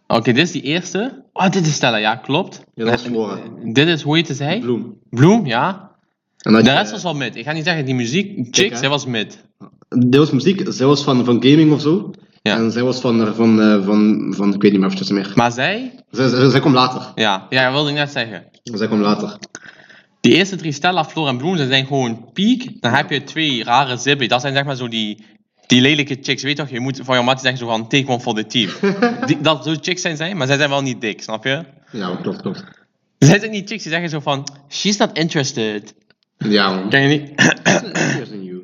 Speaker 1: Oké, dit is die eerste. Oh, dit is Stella, ja, klopt.
Speaker 2: Ja, dat was Flora.
Speaker 1: Dit is, hoe heet zij? Bloem.
Speaker 2: eh, Bloem.
Speaker 1: ja.
Speaker 2: En dan
Speaker 1: De rest was wel mid. Ik ga niet zeggen, die muziek,
Speaker 2: Kijk,
Speaker 1: chicks,
Speaker 2: hè.
Speaker 1: zij was mid.
Speaker 2: Dit was eh, muziek, zij was van, van gaming of zo.
Speaker 1: Ja.
Speaker 2: En zij was van, eh, van, eh, van, van, ik weet niet meer of het meer.
Speaker 1: Maar zij,
Speaker 2: Zij, zij, zij kwam later.
Speaker 1: ja, ja, dat wilde ik net zeggen.
Speaker 2: Zij kwam later.
Speaker 1: Die eerste drie, Stella, Floor en Bloem, ze zijn gewoon piek. Dan heb je twee rare zippen. Dat zijn zeg maar zo die, die lelijke chicks. Weet toch, je moet van je maat zeggen zo van, take one for the
Speaker 2: [laughs]
Speaker 1: team. Die, dat zo chicks zijn zij, maar zij zijn wel niet dik, snap je?
Speaker 2: Ja, klopt, klopt.
Speaker 1: Zij zijn niet chicks die zeggen zo van, she's not interested.
Speaker 2: Ja, man.
Speaker 1: Ken je niet?
Speaker 2: Interesting you.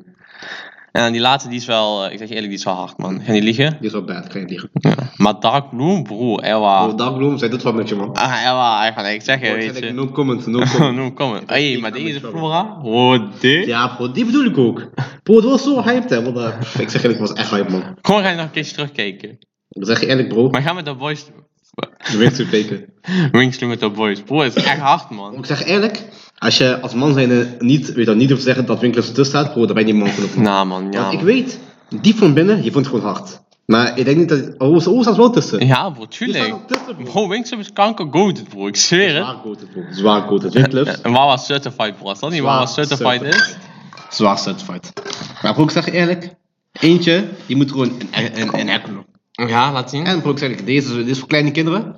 Speaker 1: En dan die laatste, die is wel, eh, ik zeg je eerlijk, die is wel hard, man. Ga niet liegen.
Speaker 2: Die is wel bad, kan je niet liegen.
Speaker 1: Ja. Maar Dark Bloom, broer,
Speaker 2: Bro,
Speaker 1: [laughs] ewa.
Speaker 2: Dark Bloom, zij doet wat met je, man.
Speaker 1: Ah, ewa, ik ga niks zeggen,
Speaker 2: Bro,
Speaker 1: Ah. weet
Speaker 2: ik-
Speaker 1: je.
Speaker 2: no comment, no
Speaker 1: [laughs]
Speaker 2: comment.
Speaker 1: Noem, kom maar. Hé, maar
Speaker 2: Ik
Speaker 1: deze
Speaker 2: kan
Speaker 1: Flora, oh dit.
Speaker 2: Ja, bro, die bedoel ik ook. Bro, het was zo hyped, hè. Want, eh, pff, [laughs] ik zeg eerlijk, het was echt hype, man.
Speaker 1: Gewoon ga je nog een keertje terugkijken.
Speaker 2: Ik zeg je eerlijk, bro.
Speaker 1: Maar ga met de boys,
Speaker 2: Je weet het teken.
Speaker 1: rings doen met de boys. Broer, het is echt hard, man.
Speaker 2: Ik zeg je eerlijk, als je als man zijnde niet, weet dat, niet hoeft te zeggen dat winkels ertussen staat, bro, dan ben je niet man genoeg. man.
Speaker 1: Nou, man, ja.
Speaker 2: Want ik
Speaker 1: man.
Speaker 2: weet, diep van binnen, je vond het gewoon hard. Maar ik denk niet dat... Oh, ze- oh, staat wel tussen.
Speaker 1: Ja, bro,
Speaker 2: Die staat
Speaker 1: tuurlijk.
Speaker 2: wel tussen, bro.
Speaker 1: Bro, Wingstrom is kanker goated, bro, ik zweer het.
Speaker 2: Zwaar goated, bro. Zwaar goated. Winkels,
Speaker 1: En Wawa certified, bro. Als dat niet
Speaker 2: Zwaar
Speaker 1: Wawa certified is.
Speaker 2: zwaar certified. Maar bro, ik zeg je eerlijk, eentje, die moet gewoon een, een, een echo.
Speaker 1: Ja, laat zien.
Speaker 2: En bro, ik zeg eerlijk, deze, is- dit is voor kleine kinderen.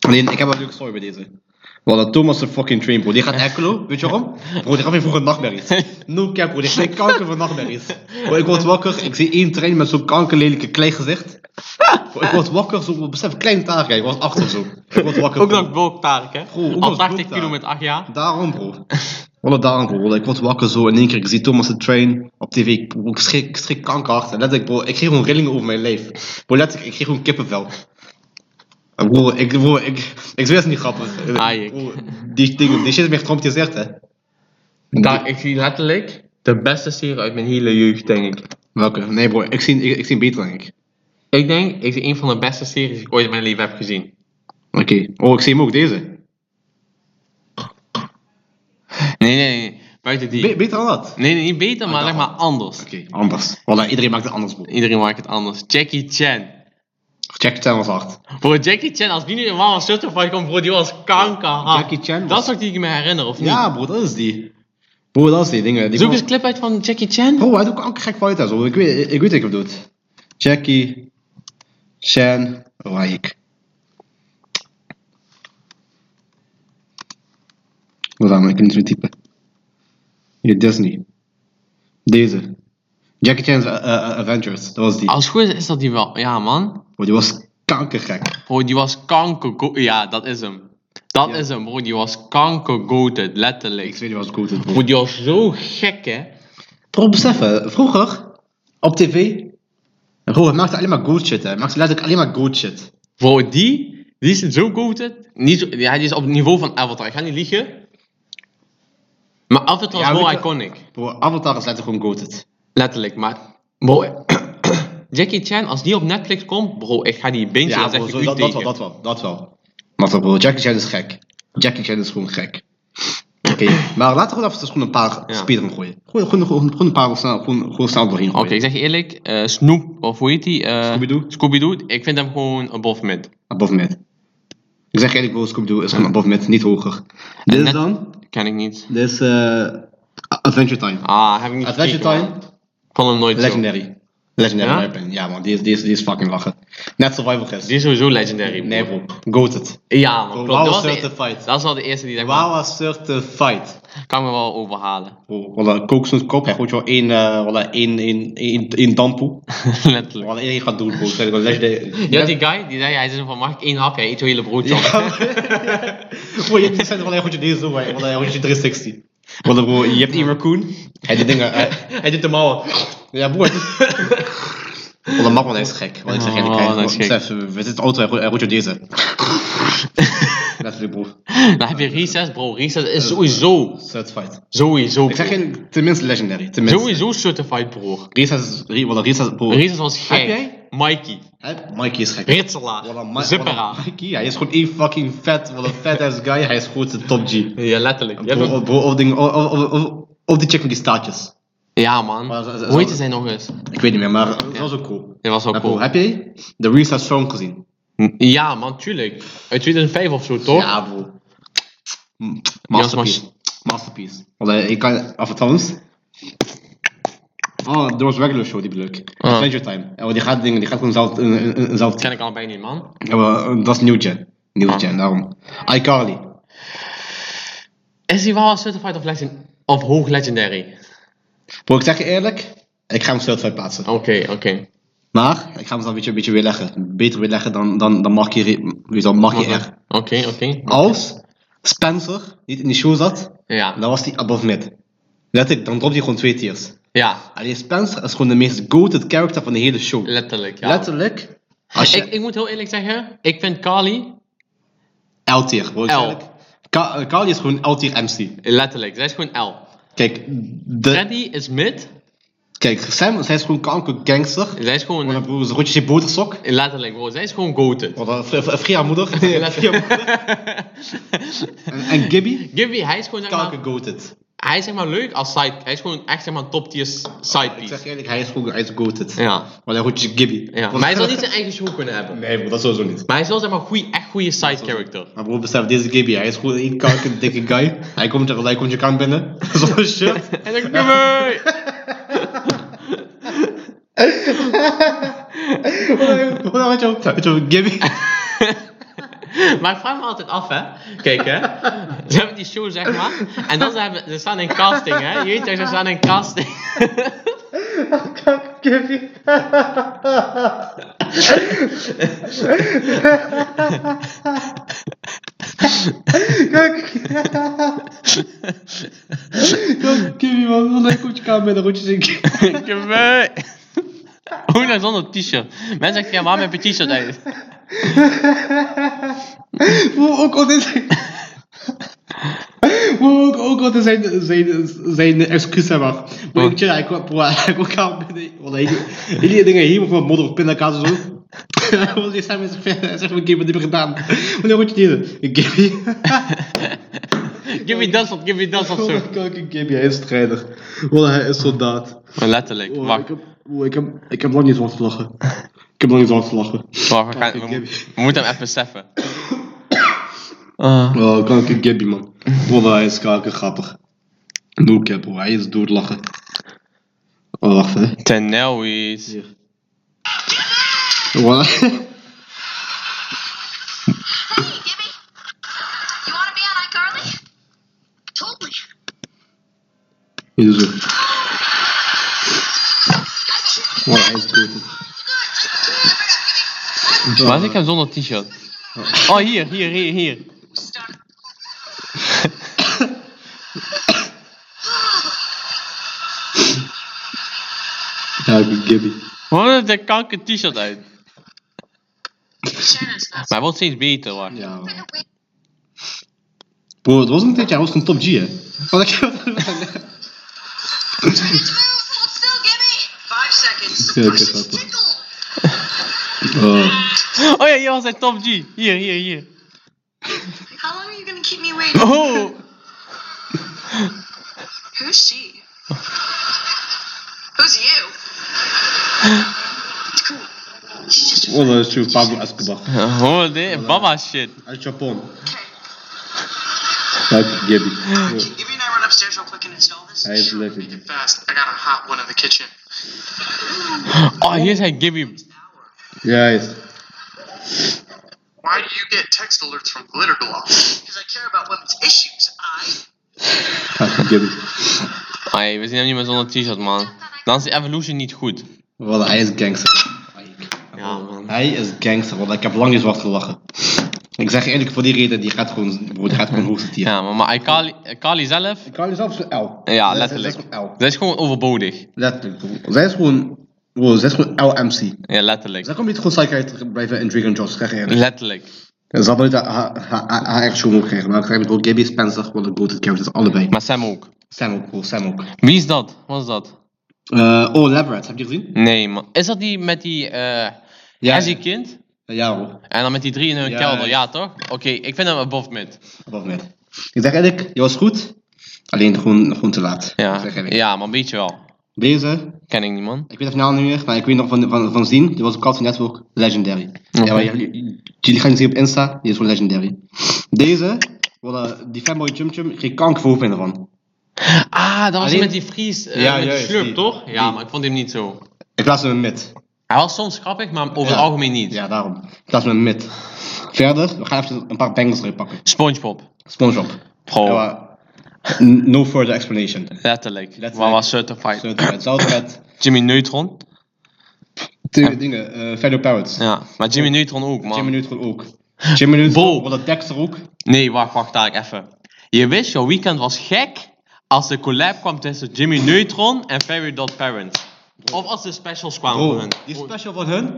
Speaker 2: Alleen, ik heb wel een leuke story bij deze. Want dat Thomas een fucking train, bro. Die gaat echo, weet je waarom? Bro, die gaat weer voor een nachtmerries. No cap, bro. Die krijgt kanker van nachtmerries. Bro, ik word wakker, ik zie één trein met zo'n kankerlelijke klein gezicht. Bro, ik word wakker, zo, besef, klein taart, ik was acht of zo. Ik word wakker.
Speaker 1: Ook
Speaker 2: bro.
Speaker 1: nog bulktaak, hè.
Speaker 2: Bro, ook
Speaker 1: Al
Speaker 2: nog
Speaker 1: 80
Speaker 2: bulktaak.
Speaker 1: kilo met 8 jaar.
Speaker 2: Daarom, bro. Alle daarom, bro. Ik word wakker zo en in één keer ik zie Thomas de Train op tv. Ik ik schrik, ik schrik kankerhard. En letterlijk, bro, ik kreeg gewoon rillingen over mijn lijf. Bro, letterlijk, ik kreeg gewoon kippenvel. En Bro, ik, bro, ik, ik zweer het niet grappig.
Speaker 1: Ah, ik-
Speaker 2: Bro, die, dingen, die shit is meer Trump die zegt, hè.
Speaker 1: Daar, ik zie letterlijk de beste serie uit mijn hele jeugd, denk ik.
Speaker 2: Welke? Nee, bro, ik zie, ik, ik zie hem beter, denk ik.
Speaker 1: Ik denk, ik zie een van de beste series die ik ooit in mijn leven heb gezien.
Speaker 2: Oké. Oh, ik zie hem ook, deze.
Speaker 1: Nee, nee, nee. Buiten die.
Speaker 2: Be- beter dan dat?
Speaker 1: nee, nee, niet beter, maar
Speaker 2: Ah,
Speaker 1: zeg maar
Speaker 2: dat-
Speaker 1: anders.
Speaker 2: Oké, anders. Voilà, iedereen maakt het anders, bro.
Speaker 1: Iedereen maakt het anders. Jackie Chan.
Speaker 2: Check het was hard.
Speaker 1: Bro, Jackie Chan, als die nu in Mama Certified komt, bro, die was kankerhard.
Speaker 2: Jackie Chan was-
Speaker 1: Dat is ook die ik me herinner, of niet?
Speaker 2: Ja, bro, dat is die. Bro, dat is die dingen. Die
Speaker 1: Zoek eens een clip uit van Jackie Chan.
Speaker 2: Bro, Oh, hij doet ook gek fouten en zo. Ik weet, ik weet wat ik hem doet. Jackie, Shan, Raik. Wat aan, ik kan niet meer typen. Je Disney. Deze. Jackie Chan's eh, eh, Adventures, dat was die.
Speaker 1: Als het goed is, is dat die wel. Ja, man.
Speaker 2: Bro, die was kankergek.
Speaker 1: Bro, die was kanker... go- Ja, dat is hem. Dat
Speaker 2: Ja.
Speaker 1: is hem, bro. Die was kanker goated,
Speaker 2: Ik
Speaker 1: letterlijk.
Speaker 2: weet niet wat goed het
Speaker 1: Bro, die was zo gek, hè.
Speaker 2: Probeer beseffen, vroeger op tv, bro, hij maakte alleen maar good shit. Hij maakte letterlijk alleen maar good shit.
Speaker 1: Bro, die, die is zo goated. Niet zo, ja, die is op het niveau van Avatar. Ik ga niet liegen. Maar Avatar was
Speaker 2: Ja,
Speaker 1: wel
Speaker 2: weet je-
Speaker 1: iconic.
Speaker 2: Bro, Avatar is letterlijk gewoon good shit.
Speaker 1: Letterlijk, maar... Bro, [clears throat] Jackie Chan, als die op Netflix komt... Bro, ik ga die beentjes
Speaker 2: Ja,
Speaker 1: echt
Speaker 2: bro,
Speaker 1: echt
Speaker 2: zo-
Speaker 1: u
Speaker 2: dat, dat wel,
Speaker 1: tegen.
Speaker 2: dat wel, dat wel. Maar toch, bro, Jackie Chan is gek. Jackie Chan is gewoon gek. Oké,
Speaker 1: [clears throat]
Speaker 2: maar laten we gewoon even dus gewoon een paar
Speaker 1: Ja.
Speaker 2: speedrun gooien. Gewoon, gewoon, gewoon, gewoon een paar snel, gewoon, gewoon snel doorheen
Speaker 1: Oké,
Speaker 2: gooien.
Speaker 1: ik zeg je eerlijk. eh, Snoop, of hoe heet die? eh,
Speaker 2: Scooby-Doo?
Speaker 1: Scooby-Doo. Ik vind hem gewoon above mid.
Speaker 2: Above mid. Ik zeg eerlijk, bro, Scooby-Doo is gewoon above mid, niet hoger. Dit is
Speaker 1: net-
Speaker 2: dan,
Speaker 1: Ken ik niet.
Speaker 2: dit is eh, Adventure Time.
Speaker 1: Ah, heb ik niet
Speaker 2: Adventure
Speaker 1: gekeken,
Speaker 2: Time,
Speaker 1: man. Kon hem nooit zo.
Speaker 2: legendary. Legendary,
Speaker 1: Ja?
Speaker 2: in my opinion. Ja man, die is, die is, die is fucking lachen. Net survival
Speaker 1: Die
Speaker 2: guest.
Speaker 1: is sowieso legendary. bro.
Speaker 2: Nee bro, goated.
Speaker 1: Ja, man.
Speaker 2: Bro,
Speaker 1: klopt.
Speaker 2: wow,
Speaker 1: dat, was de,
Speaker 2: certified.
Speaker 1: dat is wel de eerste die ik dacht,
Speaker 2: Wow, certified.
Speaker 1: man, kan me wel overhalen. [laughs]
Speaker 2: Bro, Wallah, kook zo'n kop, hij gooit jou één, eh wallah, één, één, één, één dampoe.
Speaker 1: Letterlijk.
Speaker 2: Wallah, één gaat doen bro. Zeg ik wel, [laughs] legendary.
Speaker 1: Ja, die guy, die zei, hij zei van, mag ik één hapje? Hij eet zo'n hele broodje op.
Speaker 2: Bro, je hebt wel goed je deze zo, wallah, hij gooit je 360. Wallah bro, je hebt één raccoon. Hij doet dingen, hij-
Speaker 1: Hij doet de mouwen.
Speaker 2: ja bro. het is- Wallah, Marwan hij is gek. Wallah, ik zeg
Speaker 1: Oh,
Speaker 2: eerlijk, hij-
Speaker 1: hij is gek.
Speaker 2: besef, we zitten in de auto, hij gooit- hij gooit je deze. Letterlijk bro,
Speaker 1: [laughs] Dan heb je Recess, bro. Recess is sowieso,
Speaker 2: certified.
Speaker 1: sowieso,
Speaker 2: Ik zeg
Speaker 1: bro.
Speaker 2: geen, tenminste legendary. Tenminste.
Speaker 1: Sowieso certified, bro.
Speaker 2: Risas, Ri- wallah, Risas, bro.
Speaker 1: Recess was gek.
Speaker 2: Heb jij?
Speaker 1: Mikey.
Speaker 2: Hè? Mikey is gek. Wallah, Ma-
Speaker 1: Ritselaar. Zippera.
Speaker 2: wallah, Mikey, hij is gewoon één fucking vet, wat een vet ass guy. Hij is gewoon zijn top G.
Speaker 1: Ja, letterlijk. Je hebt
Speaker 2: Bro,
Speaker 1: ook-
Speaker 2: of- bro, of, ding, of, of, of, of- of die chick met die staartjes.
Speaker 1: Ja, man.
Speaker 2: Maar ze- ze-
Speaker 1: Hoe heette
Speaker 2: ze-
Speaker 1: zij nog eens?
Speaker 2: Ik weet niet meer, maar dat was ook cool.
Speaker 1: Dit was wel
Speaker 2: En bro,
Speaker 1: cool.
Speaker 2: heb jij de Risas film gezien?
Speaker 1: Ja, man, tuurlijk. Uit 2005 of zo, toch?
Speaker 2: Ja, bro. Mm,
Speaker 1: was
Speaker 2: Masterpiece. Masterpiece. Wallah, ik kan, of althans... Oh, er was regular show, die bedoel ik.
Speaker 1: Ah.
Speaker 2: Adventure Time. En die gaat dingen, die gaat gewoon zelf, een, een, een, zelf
Speaker 1: Ken ik allebei niet, man.
Speaker 2: Ja, maar, eh, dat is New Gen. New
Speaker 1: Ah.
Speaker 2: Gen, daarom. iCarly.
Speaker 1: Is hij wel certified of legend of hoog legendary?
Speaker 2: Bro, ik zeg je eerlijk, ik ga hem certified plaatsen.
Speaker 1: Oké, oké.
Speaker 2: Maar, ik ga hem dan een beetje, een beetje weer leggen. Beter weer leggen dan, dan, dan Marky, Re- wie is dat, Marky R.
Speaker 1: Oké, oké.
Speaker 2: Oh. Als Spencer niet in die show zat,
Speaker 1: Ja,
Speaker 2: dan was hij above mid. Let ik, dan dropt hij gewoon twee tiers.
Speaker 1: ja,
Speaker 2: Alleen Spencer is gewoon de meest goated character van de hele show.
Speaker 1: letterlijk. Ja.
Speaker 2: Letterlijk. Als je
Speaker 1: Ik, ik moet heel eerlijk zeggen, ik vind Kali
Speaker 2: L-tier, bro. ik zeg
Speaker 1: L.
Speaker 2: eerlijk. Ka- eh, Carly is gewoon L-tier MC.
Speaker 1: letterlijk, zij is gewoon L.
Speaker 2: Kijk, de,
Speaker 1: Freddy is mid,
Speaker 2: kijk Sam, zij is gewoon kanker gangster.
Speaker 1: zij is gewoon
Speaker 2: Mijn broer is rondjes in botersok.
Speaker 1: letterlijk, bro, zij is gewoon goated.
Speaker 2: Wat een vri- vri- vria moeder. Nee, vria moeder. en, en Gibby?
Speaker 1: Gibby, hij is gewoon zeg maar,
Speaker 2: Kanker goated.
Speaker 1: hij is zeg maar leuk als side, hij is gewoon echt zeg maar top tier side
Speaker 2: Ik
Speaker 1: piece.
Speaker 2: zeg eerlijk, hij is goed, hij is goated.
Speaker 1: Ja,
Speaker 2: Maar hij rondjes Gibby.
Speaker 1: ja. maar hij
Speaker 2: [laughs]
Speaker 1: zal niet zijn eigen show kunnen hebben.
Speaker 2: Nee bro, dat sowieso niet.
Speaker 1: Maar hij is wel zeg maar goeie, echt goede side character.
Speaker 2: Maar broer, besef, deze Gibby, hij is gewoon één kanker dikke guy. Hij komt, er, hij komt je kant binnen. [laughs] Zo'n
Speaker 1: [laughs]
Speaker 2: shit.
Speaker 1: En dan Gibby!
Speaker 2: Hoe dan met jou? Met jou,
Speaker 1: [laughs]
Speaker 2: Gibby?
Speaker 1: [laughs]
Speaker 2: [laughs]
Speaker 1: Maar ik vraag me altijd af, hè. Kijk, hè. Ze hebben die show, zeg maar. En dan ze, hebben, ze staan in casting, hè. Je weet toch, ze staan in casting.
Speaker 2: Gibby. Gibby man, hij komt je kant binnen, rondjes in Gibby.
Speaker 1: Gewee. [laughs] Hoe dan zonder t-shirt? Mensen zeggen, ja, waarom heb je t-shirt uit?
Speaker 2: Wow, ook altijd zijn. Wow, ook, ook altijd zijn, zijn, zijn excuus hebben. Maar ik tja, ik kwam elkaar binnen. Want hij- Jullie dingen hier met modder of pindakaas of zo. [laughs] Want die zijn mensen zeg maar, Gibby, wat heb je gedaan? Wanneer word je deze? Gibby.
Speaker 1: Give me dat of give me dat of
Speaker 2: [laughs]
Speaker 1: zo.
Speaker 2: Kijk, Gibby, hij is strijder. Want hij is soldaat.
Speaker 1: Maar [laughs] letterlijk,
Speaker 2: Oh, ik,
Speaker 1: wacht.
Speaker 2: heb, oh, ik, heb, ik heb lang niet zo hard gelachen. Ik heb lang niet zo hard gelachen.
Speaker 1: wacht we, gaan, we,
Speaker 2: Gibby.
Speaker 1: mo- we moeten hem even beseffen. [coughs] Ah.
Speaker 2: Oh, kanker Gibby, man. Wallah, hij is kanker grappig. No cap, hoor. Hij is doodlachen. Oh, wacht, hè.
Speaker 1: Tenelwies.
Speaker 2: Wallah.
Speaker 3: Hey, Gibby. You want to be on iCarly? Told me.
Speaker 2: Hij is zo. Wallah, hij is dood.
Speaker 1: Waar zie ik hem zonder t-shirt? Oh, hier, hier, hier, hier.
Speaker 3: Stop.
Speaker 2: Ja, ik ben Gibby.
Speaker 1: Wat de kanker t-shirt uit.
Speaker 3: Shannon's not.
Speaker 1: Maar hij wordt steeds beter, wacht.
Speaker 2: Ja. Bro, het was niet dit jaar, het was gewoon top G, hè? Wat ik [laughs]
Speaker 3: Try not to move. Hold still, Gibby. Five seconds.
Speaker 2: Okay, okay,
Speaker 3: Person's
Speaker 2: okay.
Speaker 3: tickled.
Speaker 2: Oh.
Speaker 1: Oh ja, hier was hij top G. Hier, hier, hier.
Speaker 3: How long are you gonna keep me waiting?
Speaker 1: [laughs] Oh!
Speaker 3: Who's she? Who's you? It's cool. She's just
Speaker 2: Oh, dat is true. Pablo Escobar.
Speaker 1: Oh, dit, mama shit.
Speaker 2: Uit Japan.
Speaker 3: okay.
Speaker 2: Ja, ik ben Gibby.
Speaker 3: Can Gibby and I run upstairs real quick and install this?
Speaker 2: Hij is legend.
Speaker 3: Fast. I got a hot one in the kitchen.
Speaker 1: Oh, hier is hij Gibby.
Speaker 2: Ja, yes.
Speaker 3: Why do you get text alerts from Glitter [laughs] Gloss? Because I care about women's issues. I.
Speaker 2: Ja, [laughs] ik ben Gibby.
Speaker 1: Ai, we zien hem niet meer zonder t-shirt, man. Dan is de Evolution niet goed.
Speaker 2: Wat hij is gangster.
Speaker 1: Ja, man.
Speaker 2: Hij is gangster, want ik heb lang niet zwart gelachen. Ik zeg je eerlijk, voor die reden, die gaat gewoon, bro, die gaat gewoon hoogste tier.
Speaker 1: Ja, man, maar Ikali, Ikali zelf,
Speaker 2: Ik kan zelfs een L.
Speaker 1: Ja, letterlijk.
Speaker 2: Zij is gewoon L.
Speaker 1: dat is gewoon overbodig.
Speaker 2: Letterlijk. bro. Zij is gewoon, bro, zij is gewoon LMC.
Speaker 1: Ja, letterlijk.
Speaker 2: Zij kan niet gewoon psych uit blijven in Dragon Jones, zeg je eerlijk.
Speaker 1: Letterlijk.
Speaker 2: Ze had nooit haar- haar- haar haar eigen show mogen krijgen, maar ik zeg bro, Gibby Spencer, gewoon de go-to characters, allebei.
Speaker 1: Maar Sam ook.
Speaker 2: Sam ook, bro, Sam ook.
Speaker 1: Wie is dat? Wat is dat?
Speaker 2: Eh, oh, Labyrinth, heb je gezien?
Speaker 1: Nee, man. Is dat die met die eh
Speaker 2: Ja.
Speaker 1: Azzy kind?
Speaker 2: Ja, hoor.
Speaker 1: En dan met die drie in hun
Speaker 2: Ja,
Speaker 1: kelder,
Speaker 2: ja.
Speaker 1: ja toch? Oké, ik vind hem above mid.
Speaker 2: Above net. Ik zeg eerlijk, je was goed, alleen gewoon, gewoon te laat. Ik
Speaker 1: Ja,
Speaker 2: zeg eerlijk.
Speaker 1: ja maar weet je wel.
Speaker 2: Deze,
Speaker 1: Ken ik niet, man.
Speaker 2: Ik weet het nou niet meer, maar ik weet nog van, van, van zien. Die was op Cartoon Network. Legendary. Ja, maar jullie, jullie gaan het zien op Insta. Die is gewoon legendary. Deze, voilà, die fanboy Chum Chum, ik kreeg kanker voor hoofdpijn ervan.
Speaker 1: Ah, dat was
Speaker 2: Alleen-
Speaker 1: die met die Fries, eh,
Speaker 2: Ja,
Speaker 1: met die
Speaker 2: juist,
Speaker 1: slurp,
Speaker 2: die-
Speaker 1: toch? Ja,
Speaker 2: die.
Speaker 1: maar ik vond hem niet zo.
Speaker 2: Ik plaats hem in mid.
Speaker 1: Hij was soms grappig, maar over het
Speaker 2: Ja.
Speaker 1: algemeen niet.
Speaker 2: Ja, daarom. Ik plaats hem in mid. Verder, we gaan even een paar bangers erin pakken.
Speaker 1: Spongebob.
Speaker 2: SpongeBob.
Speaker 1: Bro,
Speaker 2: Ja, maar, n- no further explanation.
Speaker 1: letterlijk. Wat
Speaker 2: Letterlijk.
Speaker 1: was Certified? [coughs]
Speaker 2: Zoutred, zoutred.
Speaker 1: Jimmy Neutron?
Speaker 2: Twee dingen, eh Fellow Parrots.
Speaker 1: Ja, maar Jimmy Neutron ook, man.
Speaker 2: Jimmy Neutron ook. Jimmy Neutron,
Speaker 1: Bo.
Speaker 2: wat dat Dexter ook.
Speaker 1: Nee, wacht, wacht, daar even. Je wist, jouw weekend was gek als de collab kwam tussen Jimmy Neutron en Fairy Dot Parent. Of als de specials kwamen
Speaker 2: Bro,
Speaker 1: van hen.
Speaker 2: die special van hun,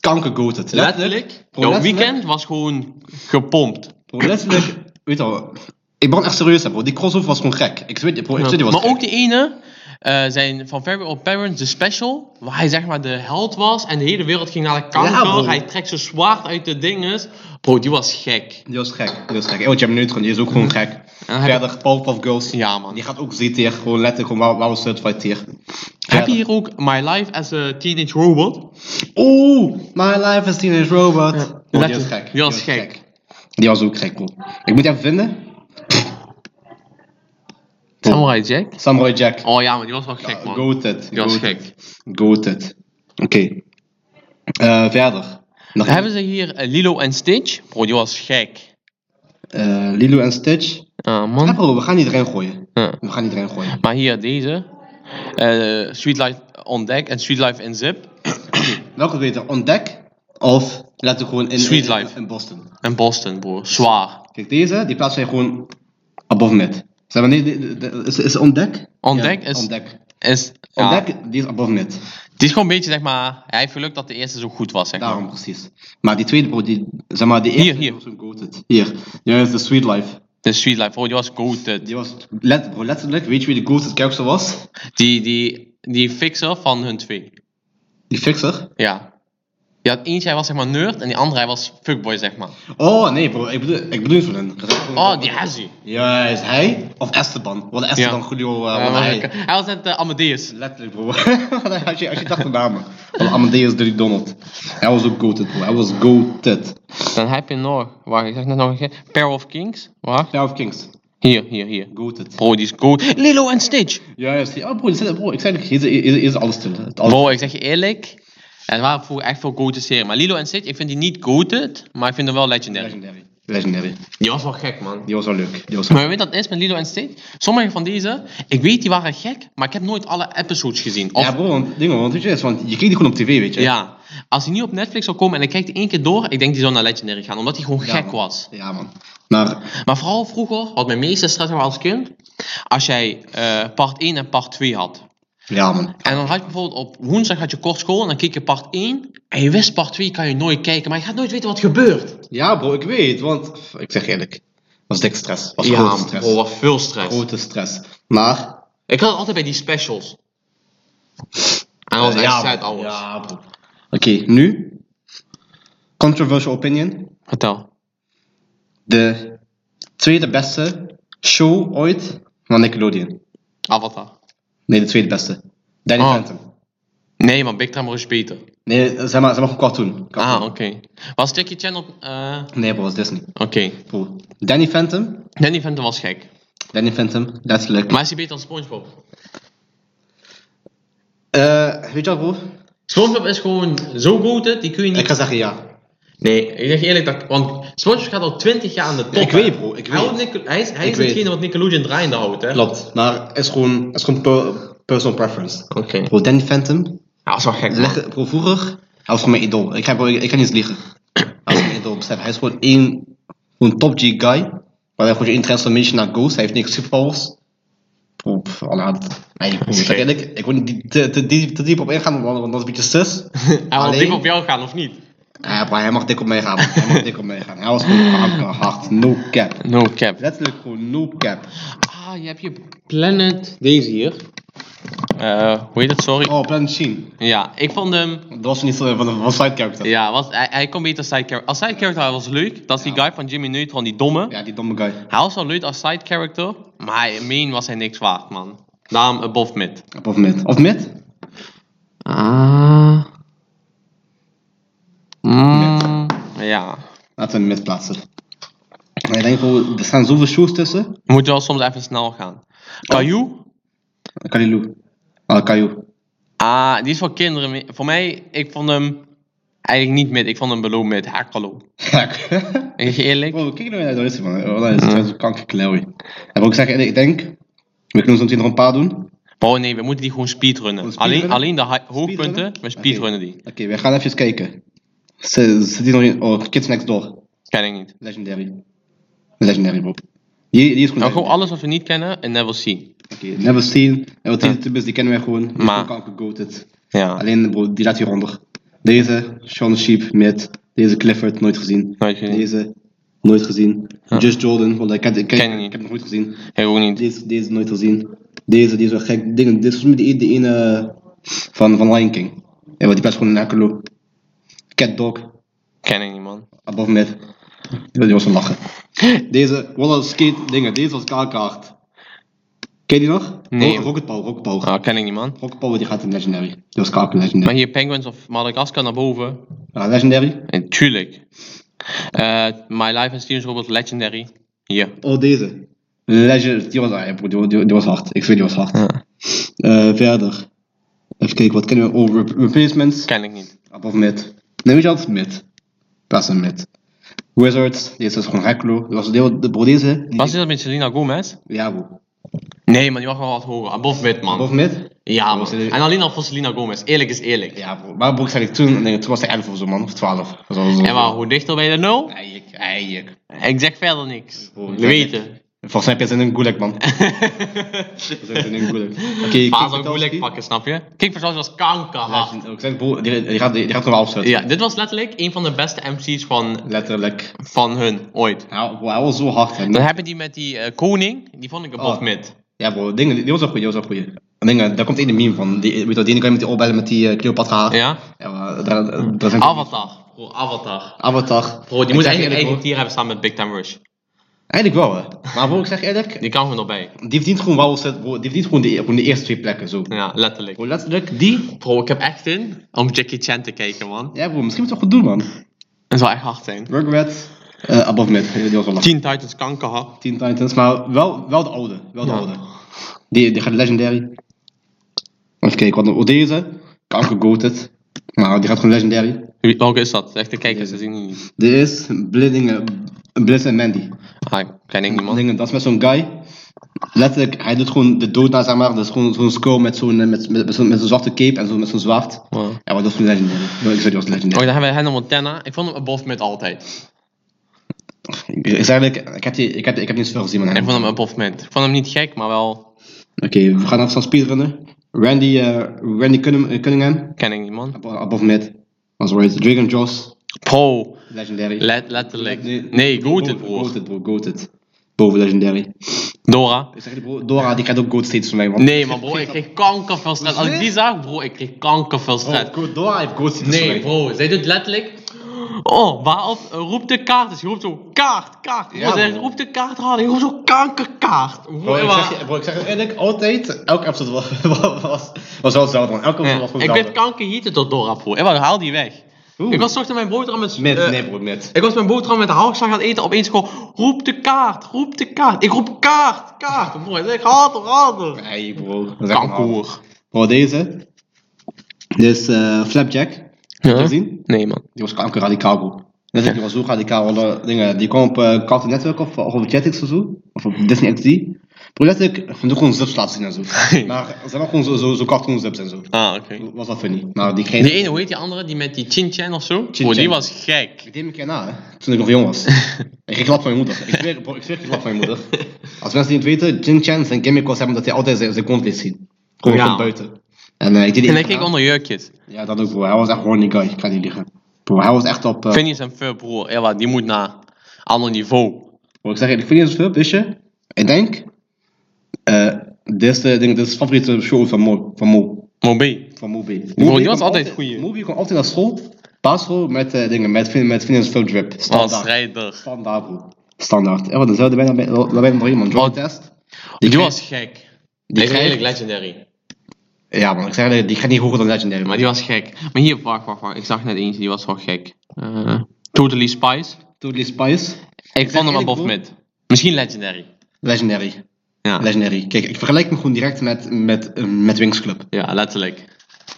Speaker 2: kanker goated.
Speaker 1: Letterlijk,
Speaker 2: Bro,
Speaker 1: jouw
Speaker 2: Oh. letterlijk.
Speaker 1: weekend was gewoon gepompt.
Speaker 2: Bro, letterlijk, weet je wel, ik ben echt serieus, hè, bro. Die crossover was gewoon gek. Ik zweer, je, bro, ik zweer, die was
Speaker 1: Maar
Speaker 2: gek.
Speaker 1: ook die ene, eh, zijn van Fairy Dot Parent, de special, waar hij zeg maar de held was en de hele wereld ging naar de kanker.
Speaker 2: bro.
Speaker 1: hij trekt zijn zwaard uit de dinges. Bro, die was gek.
Speaker 2: Die was gek, die was gek. Eeuwtje Jimmy Neutron, die is ook gewoon gek.
Speaker 1: dan heb
Speaker 2: Verder, Powerpuff Girls.
Speaker 1: Ja, man.
Speaker 2: Die gaat ook Z-tier, gewoon letterlijk, gewoon waar- waar was certified tier.
Speaker 1: Heb je hier ook My Life as a Teenage Robot?
Speaker 2: Oeh, My Life is Teenage Robot. Bro, die was
Speaker 1: letterlijk.
Speaker 2: gek.
Speaker 1: Die was gek.
Speaker 2: Die was ook gek, bro. Ik moet die even vinden.
Speaker 1: Samurai Jack?
Speaker 2: Samurai Jack.
Speaker 1: Oh ja, maar die was wel gek, man.
Speaker 2: Goated.
Speaker 1: Die was
Speaker 2: Goated.
Speaker 1: gek.
Speaker 2: Goated. Oké. Eh, Verder. Nog
Speaker 1: Dan hebben ze hier eh, Lilo en Stitch. Bro, die was gek.
Speaker 2: eh, Lilo en Stitch.
Speaker 1: Ah,
Speaker 2: Ja,
Speaker 1: man.
Speaker 2: bro, we gaan niet erin gooien.
Speaker 1: Ja.
Speaker 2: We gaan niet erin gooien.
Speaker 1: Maar hier deze. Eh, Sweet Life on Deck en Sweet Life in Zip.
Speaker 2: Welke beter, ontdek of laten we gewoon in,
Speaker 1: Sweet
Speaker 2: in,
Speaker 1: Life.
Speaker 2: in Boston.
Speaker 1: En Boston, bro. Zwaar.
Speaker 2: Kijk, deze, die plaatsen wij gewoon above mid. Zeg maar, nee, de- de- de- is, is ontdek?
Speaker 1: Ontdek is-
Speaker 2: Ontdek.
Speaker 1: Is, ja,
Speaker 2: Ontdek, die is above mid.
Speaker 1: Het is gewoon een beetje, zeg maar... Hij heeft geluk dat de eerste zo goed was, zeg maar.
Speaker 2: Daarom precies. Maar die tweede, bro, die, zeg maar, die
Speaker 1: Hier,
Speaker 2: eerste
Speaker 1: hier.
Speaker 2: was zo'n goated. Hier, ja, is de Sweet Life.
Speaker 1: De Sweet Life, bro, die was goated.
Speaker 2: Die was, let, bro, letterlijk, weet je wie de goated character was?
Speaker 1: Die, die, die fixer van hun twee.
Speaker 2: Die fixer.
Speaker 1: Ja. Die had eentje, hij was zeg maar nerd. En die andere, hij was fuckboy, zeg maar.
Speaker 2: Oh, nee, bro, ik bedoel, ik bedoel van hem.
Speaker 1: Oh, die Azzy.
Speaker 2: Juist, hij of Esteban. Wat Esteban
Speaker 1: Ja.
Speaker 2: Julio, eh,
Speaker 1: Hij
Speaker 2: wat hij...
Speaker 1: was- hij was net eh, Amadeus.
Speaker 2: Letterlijk, bro. [laughs] als, je, als je dacht de namen. Van Amadeus Dirk Donald. Hij was ook goated, bro. Hij was goated.
Speaker 1: Dan heb je nog... Wacht, ik zeg net nog een keer. Pair of Kings. Wacht.
Speaker 2: Fair of Kings.
Speaker 1: Hier, hier, hier.
Speaker 2: Goated.
Speaker 1: Bro, die is goed. Lilo en Stitch.
Speaker 2: Juist. Ja, bro, dit is- bro, ik zei het, hier is- hier is- hier is alles stil. Het alles-
Speaker 1: Bro, ik zeg je eerlijk. Er waren vroeger echt veel goated series. Maar Lilo en Stitch, ik vind die niet goated. Maar ik vind hem wel legendary.
Speaker 2: Legendary. Legendary.
Speaker 1: Die was wel gek, man.
Speaker 2: Die was wel leuk. Die was
Speaker 1: Maar weet je wat het is met Lilo en Stitch? Sommige van deze, ik weet die waren gek. Maar ik heb nooit alle episodes gezien. Of,
Speaker 2: Ja, bro, want, dingen, want weet je, want je kreeg die gewoon op tv, weet je.
Speaker 1: ja. Als hij niet op Netflix zou komen en ik kijk die één keer door, ik denk die zou naar Legendary gaan, omdat hij gewoon
Speaker 2: Ja,
Speaker 1: gek
Speaker 2: man.
Speaker 1: was.
Speaker 2: Ja, man. Maar
Speaker 1: Maar vooral vroeger, wat mijn meeste stress was als kind, als jij eh, part 1 en part 2 had.
Speaker 2: ja, man.
Speaker 1: En dan had je bijvoorbeeld op woensdag had je kort school en dan keek je part 1 en je wist part 2 kan je nooit kijken, maar je gaat nooit weten wat gebeurt.
Speaker 2: Ja, bro, ik weet, want ik zeg je eerlijk, was dik stress. Was grote stress.
Speaker 1: oh, wat veel stress.
Speaker 2: Grote stress. Maar
Speaker 1: Ik had het altijd bij die specials. En dat was echt
Speaker 2: Eh, ja,
Speaker 1: sad alles.
Speaker 2: ja, bro. Oké, nu. Controversial opinion.
Speaker 1: Vertel.
Speaker 2: De tweede beste show ooit van Nickelodeon.
Speaker 1: Avatar.
Speaker 2: Nee, de tweede beste. Danny
Speaker 1: Oh.
Speaker 2: Phantom.
Speaker 1: Nee man, Big Trouble is beter.
Speaker 2: Nee, zeg maar, zeg maar een cartoon.
Speaker 1: Ah,
Speaker 2: Cartoon.
Speaker 1: oké. Was Jackie Chan op... eh,
Speaker 2: Nee, bro, dat is Disney.
Speaker 1: Oké.
Speaker 2: Bro. Danny Phantom.
Speaker 1: Danny Phantom was gek.
Speaker 2: Danny Phantom, letterlijk.
Speaker 1: Maar is hij beter dan Spongebob?
Speaker 2: Eh, weet je wat, bro?
Speaker 1: Spongebob is gewoon zo goated, die kun je
Speaker 2: Ik
Speaker 1: niet...
Speaker 2: ga zeggen ja.
Speaker 1: Nee, ik zeg eerlijk, dat, want Spongebob gaat al 20 jaar aan de top.
Speaker 2: Ik
Speaker 1: hè.
Speaker 2: weet, bro, ik
Speaker 1: hij,
Speaker 2: weet.
Speaker 1: houdt Nickel- hij is, hij
Speaker 2: Ik
Speaker 1: is
Speaker 2: weet.
Speaker 1: hetgene wat Nickelodeon draaiende houdt, hè?
Speaker 2: Klopt. Maar is gewoon, is gewoon per- personal preference.
Speaker 1: Oké.
Speaker 2: Bro, Danny Phantom,
Speaker 1: Ja, dat is wel [laughs] gek, man.
Speaker 2: Leg, bro, vroeger, hij was gewoon mijn idool. Ik, heb, ik kan niet eens liegen. Hij was mijn idool, besef. Hij is gewoon één gewoon top G guy. Maar hij heeft gewoon één transformation naar Ghost. Hij heeft niks superpowers. Bro, pff, alle haat. Nee, bro, ik zeg eerlijk, ik wil niet die- te, te, die- te diep op ingaan, want want dat is een beetje sus.
Speaker 1: Hij wil
Speaker 2: Alleen-
Speaker 1: diep op jou gaan, of niet?
Speaker 2: Ja, bro, hij mag dik op mij gaan. Hij mag dik op mij gaan. Hij was gewoon kanker hard. No cap.
Speaker 1: No cap.
Speaker 2: Letterlijk gewoon no cap.
Speaker 1: Ah, je hebt je Planet... Deze hier. Eh, hoe heet het? Sorry.
Speaker 2: Oh, Planet Sheen.
Speaker 1: Ja, ik vond hem...
Speaker 2: Dat was niet zo van een van een side character.
Speaker 1: Ja, was, hij, hij kon beter side character. Als side character hij was leuk. Dat is die
Speaker 2: Ja.
Speaker 1: guy van Jimmy Neutron, die domme.
Speaker 2: Ja, die domme guy.
Speaker 1: Hij was wel leuk als side character. Maar hij, main was hij niks waard, man. Daarom above mid.
Speaker 2: Of mid. Of mid?
Speaker 1: Ah. Mm. ja.
Speaker 2: Laten we hem misplaatsen. Maar ik denk gewoon, er staan zoveel shows tussen.
Speaker 1: Moet je wel soms even snel gaan. Caillou?
Speaker 2: Kalilou. Ah, Caillou.
Speaker 1: Ah, die is voor kinderen. me- Voor mij, ik vond hem eigenlijk niet mid. Ik vond hem below mid. Hakkelo.
Speaker 2: [laughs] Ja, [laughs]
Speaker 1: Ik zeg je eerlijk.
Speaker 2: Bro, kijk nou naar deze man. Oh, dat is dat is kankerklauw. En wat ik zeg, ik denk, we kunnen zo meteen nog een paar doen.
Speaker 1: Oh nee, we moeten die gewoon speedrunnen.
Speaker 2: Gewoon
Speaker 1: Alleen,
Speaker 2: speedrunnen?
Speaker 1: alleen de hi- hoogpunten,
Speaker 2: Speedrunnen?
Speaker 1: we speedrunnen die.
Speaker 2: Oké, we gaan even kijken. Ze- Zit die nog in? Oh, Kids Next Door.
Speaker 1: Ken ik niet.
Speaker 2: Legendary. Legendary, bro. Die, die is goed.
Speaker 1: Nou, gewoon
Speaker 2: legendary.
Speaker 1: alles wat we niet kennen en never see.
Speaker 2: Oké, Never Seen. En wat die tubers, die kennen wij gewoon. Die is
Speaker 1: Maar-
Speaker 2: gewoon kankergoated.
Speaker 1: Ja,
Speaker 2: Alleen, bro, die laat hieronder. Deze, Sean the Sheep, met. Deze Clifford, nooit gezien.
Speaker 1: nooit gezien.
Speaker 2: Deze, nooit gezien.
Speaker 1: Ja.
Speaker 2: Just Jordan, want ik, heb- ik, heb-
Speaker 1: Ken ik niet.
Speaker 2: ik heb hem nooit gezien.
Speaker 1: Ik ook niet.
Speaker 2: Deze, deze nooit gezien. Deze, deze wel gek. Dingen. Dit is volgens mij de, de ene eh, van, van Lion King. Ja, want die was gewoon een Akelo. Cat Dog,
Speaker 1: Ken ik niet, man.
Speaker 2: above mid. Ik wil die was van lachen. Deze, roller skate dingen. Deze was kankerhard. Ken je die nog?
Speaker 1: Nee.
Speaker 2: Ro- Rocket Power, Rocket Power.
Speaker 1: Ah, ken ik niet, man.
Speaker 2: Rocket Power die gaat in Legendary. Die was kanker
Speaker 1: Maar
Speaker 2: Legendary.
Speaker 1: hier Penguins of Madagascar naar boven.
Speaker 2: Ja, legendary.
Speaker 1: En tuurlijk. Eh, My Life as Steven Robot Legendary. Hier.
Speaker 2: Oh, deze. Legend, die was, ah, ja, bro, die, die, die was hard. Ik zweer, die was hard. Eh, verder. Even kijken, wat kennen we? Oh, rep- replacements.
Speaker 1: Ken ik niet.
Speaker 2: Above mid. Nee, weet je wat? Mid. Dat is een mid. Wizards. Deze is gewoon Hacklo. Dat was deel, de bro, deze.
Speaker 1: Was dit dat met Selena Gomez?
Speaker 2: Ja, bro.
Speaker 1: Nee, man, die mag wel wat hoger. Above mid, man.
Speaker 2: Above mid?
Speaker 1: Ja, man. En alleen al voor Selena Gomez. Eerlijk is eerlijk.
Speaker 2: Ja, bro. Maar bro, ik zei toen, nee, toen was hij 11 of zo, man. Of 12. Dat was zo.
Speaker 1: En maar hoe dichter bij de nul?
Speaker 2: Eik, eik.
Speaker 1: Ik zeg verder niks.
Speaker 2: Oh,
Speaker 1: We weten.
Speaker 2: Volgens mij heb je zin in een gulag, man.
Speaker 1: [laughs]
Speaker 2: Volgens mij heb je zin in een gulag. Oké, okay,
Speaker 1: Vaas ook moeilijk pakken, snap je? Kijk, persoon was kankerhard.
Speaker 2: Ik zeg, bro, die, die gaat, die, die gaat hem wel afzetten.
Speaker 1: Ja, dit was letterlijk een van de beste MC's van,
Speaker 2: Letterlijk.
Speaker 1: van hun ooit.
Speaker 2: Ja, bro, hij was zo hard. hè.
Speaker 1: Dan heb je die met die eh, koning, die vond ik above
Speaker 2: Oh.
Speaker 1: mid.
Speaker 2: Ja, bro, dingen, die was wel goed, die was wel goed. Dingen, daar komt één meme van. Die, weet je, wel, die ene kan met die oorbellen met die eh, Cleopatra haar.
Speaker 1: Ja?
Speaker 2: Ja, maar daar, daar- daar zijn
Speaker 1: Avatar. Bro, Avatar.
Speaker 2: Avatar.
Speaker 1: Bro, die
Speaker 2: Ik
Speaker 1: moet
Speaker 2: zeg
Speaker 1: eigenlijk
Speaker 2: eerlijk,
Speaker 1: eigen
Speaker 2: bro,
Speaker 1: tier hebben staan met Big Time Rush.
Speaker 2: Eigenlijk wel, hè. Maar bro, ik zeg eerlijk,
Speaker 1: Die kan gewoon erbij.
Speaker 2: die verdient gewoon wel set, bro. Die verdient gewoon de, gewoon de eerste twee plekken, zo.
Speaker 1: Ja, letterlijk.
Speaker 2: Bro, letterlijk, die...
Speaker 1: Bro, ik heb echt in om Jackie Chan te kijken, man.
Speaker 2: Ja, bro, misschien moet je het wel goed doen, man.
Speaker 1: Dat zou echt hard zijn.
Speaker 2: Rugrats, eh, Above Mid, die was wel lang.
Speaker 1: Teen Titans kankerhard.
Speaker 2: Teen Titans, maar wel, wel de oude, wel de
Speaker 1: Ja.
Speaker 2: oude. Die, die gaat legendary. Even kijken, wat oh, deze, kanker goated. Maar die gaat gewoon legendary.
Speaker 1: Wie- Welke is dat? Echt de kijkers, dat zien die niet.
Speaker 2: Er is Blidding, eh, Bliss en Mandy.
Speaker 1: Ah, ken ik niet, man.
Speaker 2: Dingen, dat is met zo'n guy. Letterlijk, hij doet gewoon de dood na, zeg maar. Dat is gewoon zo'n skull met zo'n eh, met, met, met zo'n met zo'n zwarte cape en zo, met zo'n zwaard.
Speaker 1: Wow.
Speaker 2: Ja, maar dat is legendair. Ik zeg, die was
Speaker 1: Oh,
Speaker 2: legendair.
Speaker 1: dan hebben we Hannah Montana. Ik vond hem above mid
Speaker 2: Hmm.
Speaker 1: altijd.
Speaker 2: Ik, ik zeg eigenlijk, ik heb, die, ik heb, ik heb niet zoveel gezien van hem.
Speaker 1: Ik vond hem above mid. Ik vond hem niet gek, maar wel...
Speaker 2: Oké, we gaan even snel speedrunnen. Randy, eh, Randy Cunningham, eh, Cunningham,
Speaker 1: Ken ik niet, man.
Speaker 2: abo- above mid. Dat is right. Dragon Joss,
Speaker 1: Pro.
Speaker 2: legendary.
Speaker 1: Let, letterlijk. Nee, goated, broer.
Speaker 2: Goated, bro, goated. Boven legendary.
Speaker 1: Dora.
Speaker 2: Ik zeg die bro, Dora die krijgt ook goat steeds van mij. Want
Speaker 1: Nee, maar bro, ik kreeg kanker veel stress. Als ik die zag, bro, ik kreeg kanker veel stress.
Speaker 2: Bro, Oh, go- Dora heeft goat steeds van
Speaker 1: Nou, Nee,
Speaker 2: mij.
Speaker 1: bro, zij doet letterlijk. Oh, waarop roept de kaart? Dus je roept zo kaart, kaart. Bro,
Speaker 2: Ja,
Speaker 1: zij
Speaker 2: bro.
Speaker 1: roept de kaart hard. Je roept zo kankerkaart. Bro,
Speaker 2: Bro, ik
Speaker 1: maar-
Speaker 2: zeg, je- bro, ik zeg je eerlijk, altijd, elke episode was, [laughs] was, was wel hetzelfde man. Elke episode
Speaker 1: Ja,
Speaker 2: was gewoon
Speaker 1: ik
Speaker 2: hetzelfde.
Speaker 1: werd kanker hieten door Dora, bro. Ewa, haal die weg.
Speaker 2: Oeh.
Speaker 1: Ik was 's ochtends mijn boterham met...
Speaker 2: Met,
Speaker 1: eh,
Speaker 2: nee bro, met.
Speaker 1: Ik was mijn boterham met de haakslag aan het eten. Opeens gewoon, roep de kaart, roep de kaart. Ik roep kaart, kaart. Bro, ik zeg harder, harder.
Speaker 2: Nee bro. dat is echt normaal.
Speaker 1: Kanker.
Speaker 2: Bro, deze. Dit is eh, Flapjack. Heb je gezien?
Speaker 1: Nee, man.
Speaker 2: Die was kanker radicaal bro. Dat is- die was zo radicaal, alle dingen. Die kwam op eh Cartoon Network of, of op Jetix of zo. Of op Disney XD. Bro, letterlijk, van doe gewoon zips laten
Speaker 1: [laughs]
Speaker 2: zien en zo. maar ze hebben ook gewoon zo, zo, zo cartoon zips en zo.
Speaker 1: Ah, oké.
Speaker 2: Was dat funny. Maar die
Speaker 1: Die
Speaker 2: geen...
Speaker 1: ene, hoe heet die andere? Die met die Chin Chan of zo?
Speaker 2: Chin
Speaker 1: Bro, die
Speaker 2: Chan.
Speaker 1: was gek. [laughs]
Speaker 2: Ik deed me een keer na, hè, toen ik nog jong was. ik kreeg klap van mijn moeder. Ik zweer, bro, ik zweer, ik kreeg klap van mijn moeder. Als mensen die het weten, Jin Chan zijn gimmick was hebben dat hij altijd zijn, zijn kont liet zien. Gewoon
Speaker 1: Ja.
Speaker 2: van buiten. En eh, ik deed die
Speaker 1: En ik
Speaker 2: één keer
Speaker 1: keek
Speaker 2: na.
Speaker 1: onder jurkjes.
Speaker 2: Ja, dat ook, bro. Hij was echt horny guy. Ik kan niet liegen. Bro, hij was echt op... eh,
Speaker 1: Phineas en Ferb, broer. Ewa, die moet naar ander niveau.
Speaker 2: bro, ik zeg eerlijk, ik vind niet zoveel, wist je? Ik denk... eh, dit, is de, ding, dit is de favoriete show van Mo. Van Mo.
Speaker 1: Mobi.
Speaker 2: Van Mo B.
Speaker 1: die
Speaker 2: Mo B
Speaker 1: was
Speaker 2: kwam
Speaker 1: altijd goeie.
Speaker 2: Mo B kwam altijd naar school. Baschool met eh, dingen, met, Fin- met Finance Film Drip.
Speaker 1: Als
Speaker 2: Standaard.
Speaker 1: strijder.
Speaker 2: Standaard, bro. Standaard. Ja, want dan zouden bijna, bijna, bijna nog iemand. Drug
Speaker 1: Wat?
Speaker 2: test.
Speaker 1: Die,
Speaker 2: krijg-
Speaker 1: was gek. Die is
Speaker 2: krijg-
Speaker 1: eigenlijk legendary.
Speaker 2: Ja, man, ik zeg eerlijk, die gaat niet hoger dan Legendary.
Speaker 1: Maar die was gek. Maar hier, wacht, wacht, wacht. Ik zag net eentje, die was wel gek. Eh, totally Spice.
Speaker 2: Totally Spice.
Speaker 1: Ik
Speaker 2: zeg
Speaker 1: vond hem
Speaker 2: eerlijk,
Speaker 1: above
Speaker 2: broer.
Speaker 1: mid. Misschien legendary.
Speaker 2: Legendary.
Speaker 1: Ja,
Speaker 2: Legendary. Kijk, ik vergelijk hem gewoon direct met, met, eh, met Wings Club.
Speaker 1: ja letterlijk.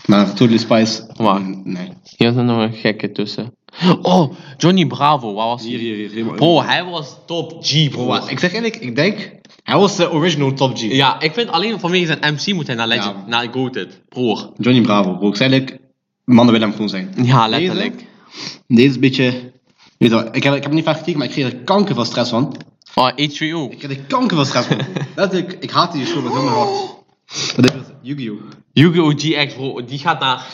Speaker 2: Maar Totally Spice.
Speaker 1: Waar?
Speaker 2: mm, Nee.
Speaker 1: Hier zit nog een gekke tussen. Oh, Johnny Bravo. Waar was hij?
Speaker 2: hier, hier.
Speaker 1: Bro, hij was top G,
Speaker 2: Bro,
Speaker 1: bro.
Speaker 2: wat- ik zeg eerlijk, ik denk. Hij was de original top G.
Speaker 1: Ja, ik vind alleen vanwege zijn MC moet hij naar legend,
Speaker 2: Ja.
Speaker 1: naar Goated. Broer.
Speaker 2: Johnny Bravo, bro. Ik zeg eerlijk, mannen willen hem gewoon zijn.
Speaker 1: Ja, letterlijk.
Speaker 2: Deze is een beetje. Weet je wel, ik, heb, ik heb hem niet vaak gekeken, maar ik kreeg er kanker van stress van.
Speaker 1: Oh, H3O.
Speaker 2: Ik kreeg er kanker van stress van. bro. [laughs] Letterlijk, ik haat die show met heel mijn hart. Wat is dat? Yu-Gi-Oh!
Speaker 1: Yu-Gi-Oh! GX, bro, die gaat naar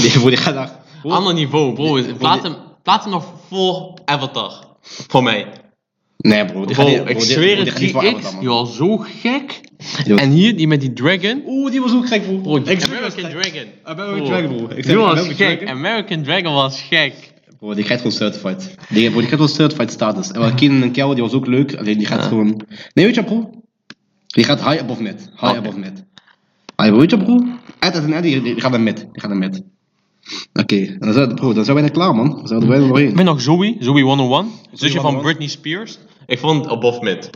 Speaker 2: Die, bro, die gaat daar.
Speaker 1: een ander niveau, bro.
Speaker 2: die-
Speaker 1: Plaats hem, plaats hem nog voor Avatar. Voor mij.
Speaker 2: Nee, bro. Die
Speaker 1: Bro,
Speaker 2: gaat niet-
Speaker 1: ik
Speaker 2: bro, die-
Speaker 1: zweer
Speaker 2: bro, die
Speaker 1: het,
Speaker 2: gaat niet voor
Speaker 1: GX,
Speaker 2: Avatar, man.
Speaker 1: die was zo gek.
Speaker 2: Die was-
Speaker 1: En hier, die met die dragon.
Speaker 2: Oeh, die was ook gek, bro.
Speaker 1: Bro, die
Speaker 2: zweer het,
Speaker 1: American
Speaker 2: gek.
Speaker 1: Dragon.
Speaker 2: American
Speaker 1: Bro,
Speaker 2: Dragon, bro. Ik
Speaker 1: Die
Speaker 2: zeg,
Speaker 1: was
Speaker 2: American
Speaker 1: gek.
Speaker 2: Dragon.
Speaker 1: American Dragon was gek.
Speaker 2: Bro, die krijgt gewoon certified. Die, bro, die krijgt wel certified status. En wel, Keenan en Kel, die was ook leuk. Alleen die gaat gewoon... Nee, weet je wat, bro? Die gaat high above mid. High
Speaker 1: Oké.
Speaker 2: above mid. Ah, weet je wat, bro? Ed, Ed en Ed, die, die gaan naar mid. Die gaan naar mid. Oké, en dan zijn, we- bro, dan zijn we bijna klaar, man. Dan zijn we er [laughs] bijna
Speaker 1: Ik
Speaker 2: doorheen.
Speaker 1: ben nog Zoe, Zoe 101. Zusje van
Speaker 2: 101.
Speaker 1: Britney Spears. Ik vond above mid.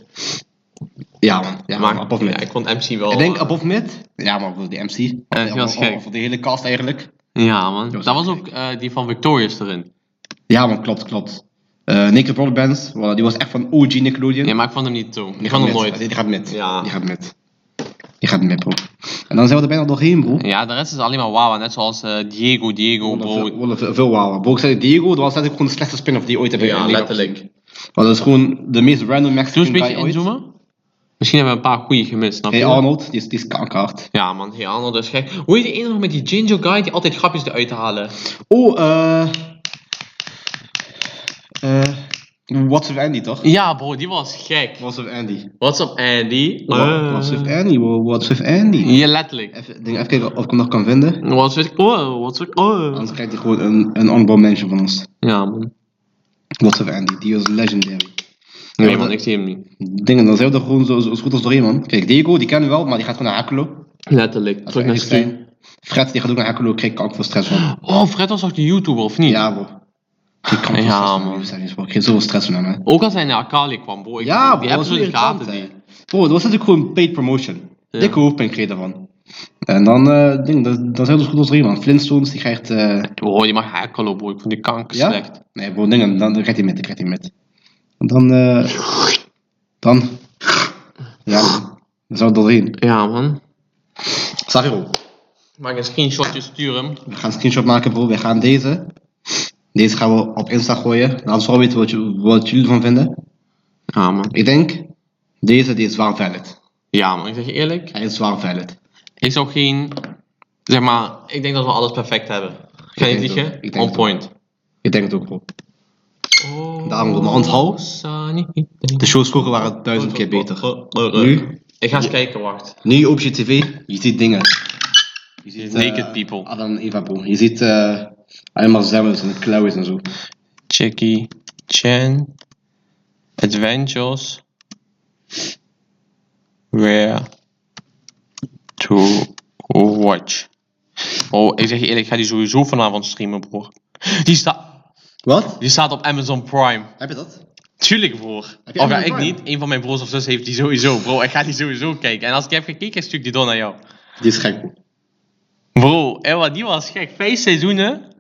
Speaker 2: Ja, man. Ja, man.
Speaker 1: Maar
Speaker 2: Above mid.
Speaker 1: Ja, ik vond MC wel...
Speaker 2: ik denk
Speaker 1: eh,
Speaker 2: above mid. Ja, maar bro, die MC.
Speaker 1: Ja, die was
Speaker 2: Of- of-
Speaker 1: gek.
Speaker 2: Of de hele cast eigenlijk.
Speaker 1: Ja, man.
Speaker 2: was
Speaker 1: Daar was
Speaker 2: gek.
Speaker 1: ook eh, die van Victorious erin.
Speaker 2: Ja, man, klopt, klopt. Eh Nick the Brother Bands, voilà, die was echt van OG Nickelodeon.
Speaker 1: Ja, maar ik vond hem niet zo. Ik vond
Speaker 2: die gaat
Speaker 1: hem
Speaker 2: met.
Speaker 1: nooit.
Speaker 2: Die gaat met.
Speaker 1: Ja.
Speaker 2: Die gaat met. Die gaat met, bro. En dan zijn we er bijna doorheen, bro.
Speaker 1: Ja, de rest is alleen maar Wawa, net zoals eh, Diego, Diego,
Speaker 2: Gewoon
Speaker 1: bro.
Speaker 2: veel- Veel, veel, veel wauw. Bro, ik zei Diego, dat was letterlijk gewoon de slechtste spin-off die je ooit heb
Speaker 1: Ja, letterlijk.
Speaker 2: Want dat is gewoon de meest random
Speaker 1: Doe
Speaker 2: Mexican
Speaker 1: eens een beetje
Speaker 2: guy ooit.
Speaker 1: inzoomen. Misschien hebben we een paar goeie gemist, snap
Speaker 2: Hey
Speaker 1: je?
Speaker 2: Arnold, die is, die is kankerhard.
Speaker 1: Ja, man, hey Arnold dat is gek. Hoe heet die ene nog met die ginger guy die altijd grapjes eruit te halen?
Speaker 2: Oh, eh... eh What's with Andy, toch?
Speaker 1: Ja, bro, die was gek.
Speaker 2: What's with Andy?
Speaker 1: What's up, Andy?
Speaker 2: What-
Speaker 1: Eh.
Speaker 2: What's with Andy, bro? What's with Andy?
Speaker 1: Ja, letterlijk.
Speaker 2: Even, denk, even kijken of ik hem nog kan vinden.
Speaker 1: What's with... Oh, what's with... Oh.
Speaker 2: Anders krijgt hij gewoon een, een honorable mention van ons.
Speaker 1: Ja, man.
Speaker 2: Lots of Andy, die was legendary.
Speaker 1: Nee, man, ik zie hem niet.
Speaker 2: Dingen, dan zijn we er gewoon zo, zo, zo goed als doorheen, man. Kijk, Diego, die kennen we wel, maar die gaat gewoon naar Hakulo.
Speaker 1: Letterlijk. Terug naar Stu.
Speaker 2: Fred, die gaat ook naar Hakulo, kreeg ik ook veel
Speaker 1: [gasps]
Speaker 2: stress van.
Speaker 1: Oh, Fred was ook de YouTuber, of niet?
Speaker 2: Ja, bro. Ik kan
Speaker 1: Ja, man.
Speaker 2: man. Ik kreeg zoveel stress van hem, hè.
Speaker 1: Ook als hij naar Akali kwam, bro. Ik,
Speaker 2: Ja, bro.
Speaker 1: die
Speaker 2: dat was
Speaker 1: hebben zo
Speaker 2: irritant,
Speaker 1: gaten,
Speaker 2: hè.
Speaker 1: die.
Speaker 2: Bro, dat was natuurlijk gewoon paid promotion.
Speaker 1: Ja.
Speaker 2: Dikke hoofdpijn kreeg je daarvan. En dan, eh ding, dan, dan zijn we dus goed als doorheen, man. Flintstones, die krijgt... eh,
Speaker 1: Bro, die mag Akalo, bro. Ik vond die kanker
Speaker 2: Ja?
Speaker 1: slecht.
Speaker 2: Nee, bro, dingen, dan, dan krijgt hij met, dan krijgt hij met. En dan, eh dan... Ja, man. Dat zou het al zien.
Speaker 1: Ja, man.
Speaker 2: Zag je wel.
Speaker 1: Mag ik een screenshotje sturen?
Speaker 2: We gaan een screenshot maken, bro. We gaan deze. Deze gaan we op Insta gooien. Laat ons vooral weten wat, je- wat jullie ervan vinden.
Speaker 1: Ja, man.
Speaker 2: Ik denk, deze die is zwaar valid.
Speaker 1: Ja, man. Ik zeg je eerlijk.
Speaker 2: Hij is zwaar valid.
Speaker 1: Ik zou geen... Zeg maar, ik denk dat we alles perfect hebben. Ik ga niet
Speaker 2: Ik denk het ook.
Speaker 1: liegen.
Speaker 2: Ik denk
Speaker 1: On
Speaker 2: het ook.
Speaker 1: point.
Speaker 2: Ik denk het ook, bro.
Speaker 1: Oh,
Speaker 2: Daarom door mijn hand houden.
Speaker 1: Sunny.
Speaker 2: De shows vroeger waren duizend keer beter. Nu?
Speaker 1: Oh, Ik ga eens kijken, wacht.
Speaker 2: Nu op je tv, je ziet dingen. Je ziet eh,
Speaker 1: Naked people.
Speaker 2: Adam en Eva, bro. Je ziet eh allemaal zemmers en klauwers en zo.
Speaker 1: Jackie Chan Adventures Where to watch. Oh, ik zeg je eerlijk, ik ga die sowieso vanavond streamen, broer. Die, sta
Speaker 2: Wat?
Speaker 1: die staat op Amazon Prime.
Speaker 2: Heb je dat?
Speaker 1: Tuurlijk, broer.
Speaker 2: Heb
Speaker 1: Of
Speaker 2: je
Speaker 1: ja,
Speaker 2: Amazon
Speaker 1: ik
Speaker 2: Prime?
Speaker 1: niet. Een van mijn broers of zus heeft die sowieso, bro. Ik ga die sowieso kijken. En als ik heb gekeken, stuur ik die door naar jou.
Speaker 2: Die is gek, bro.
Speaker 1: Bro, Ewa, die was gek. Vijf seizoenen.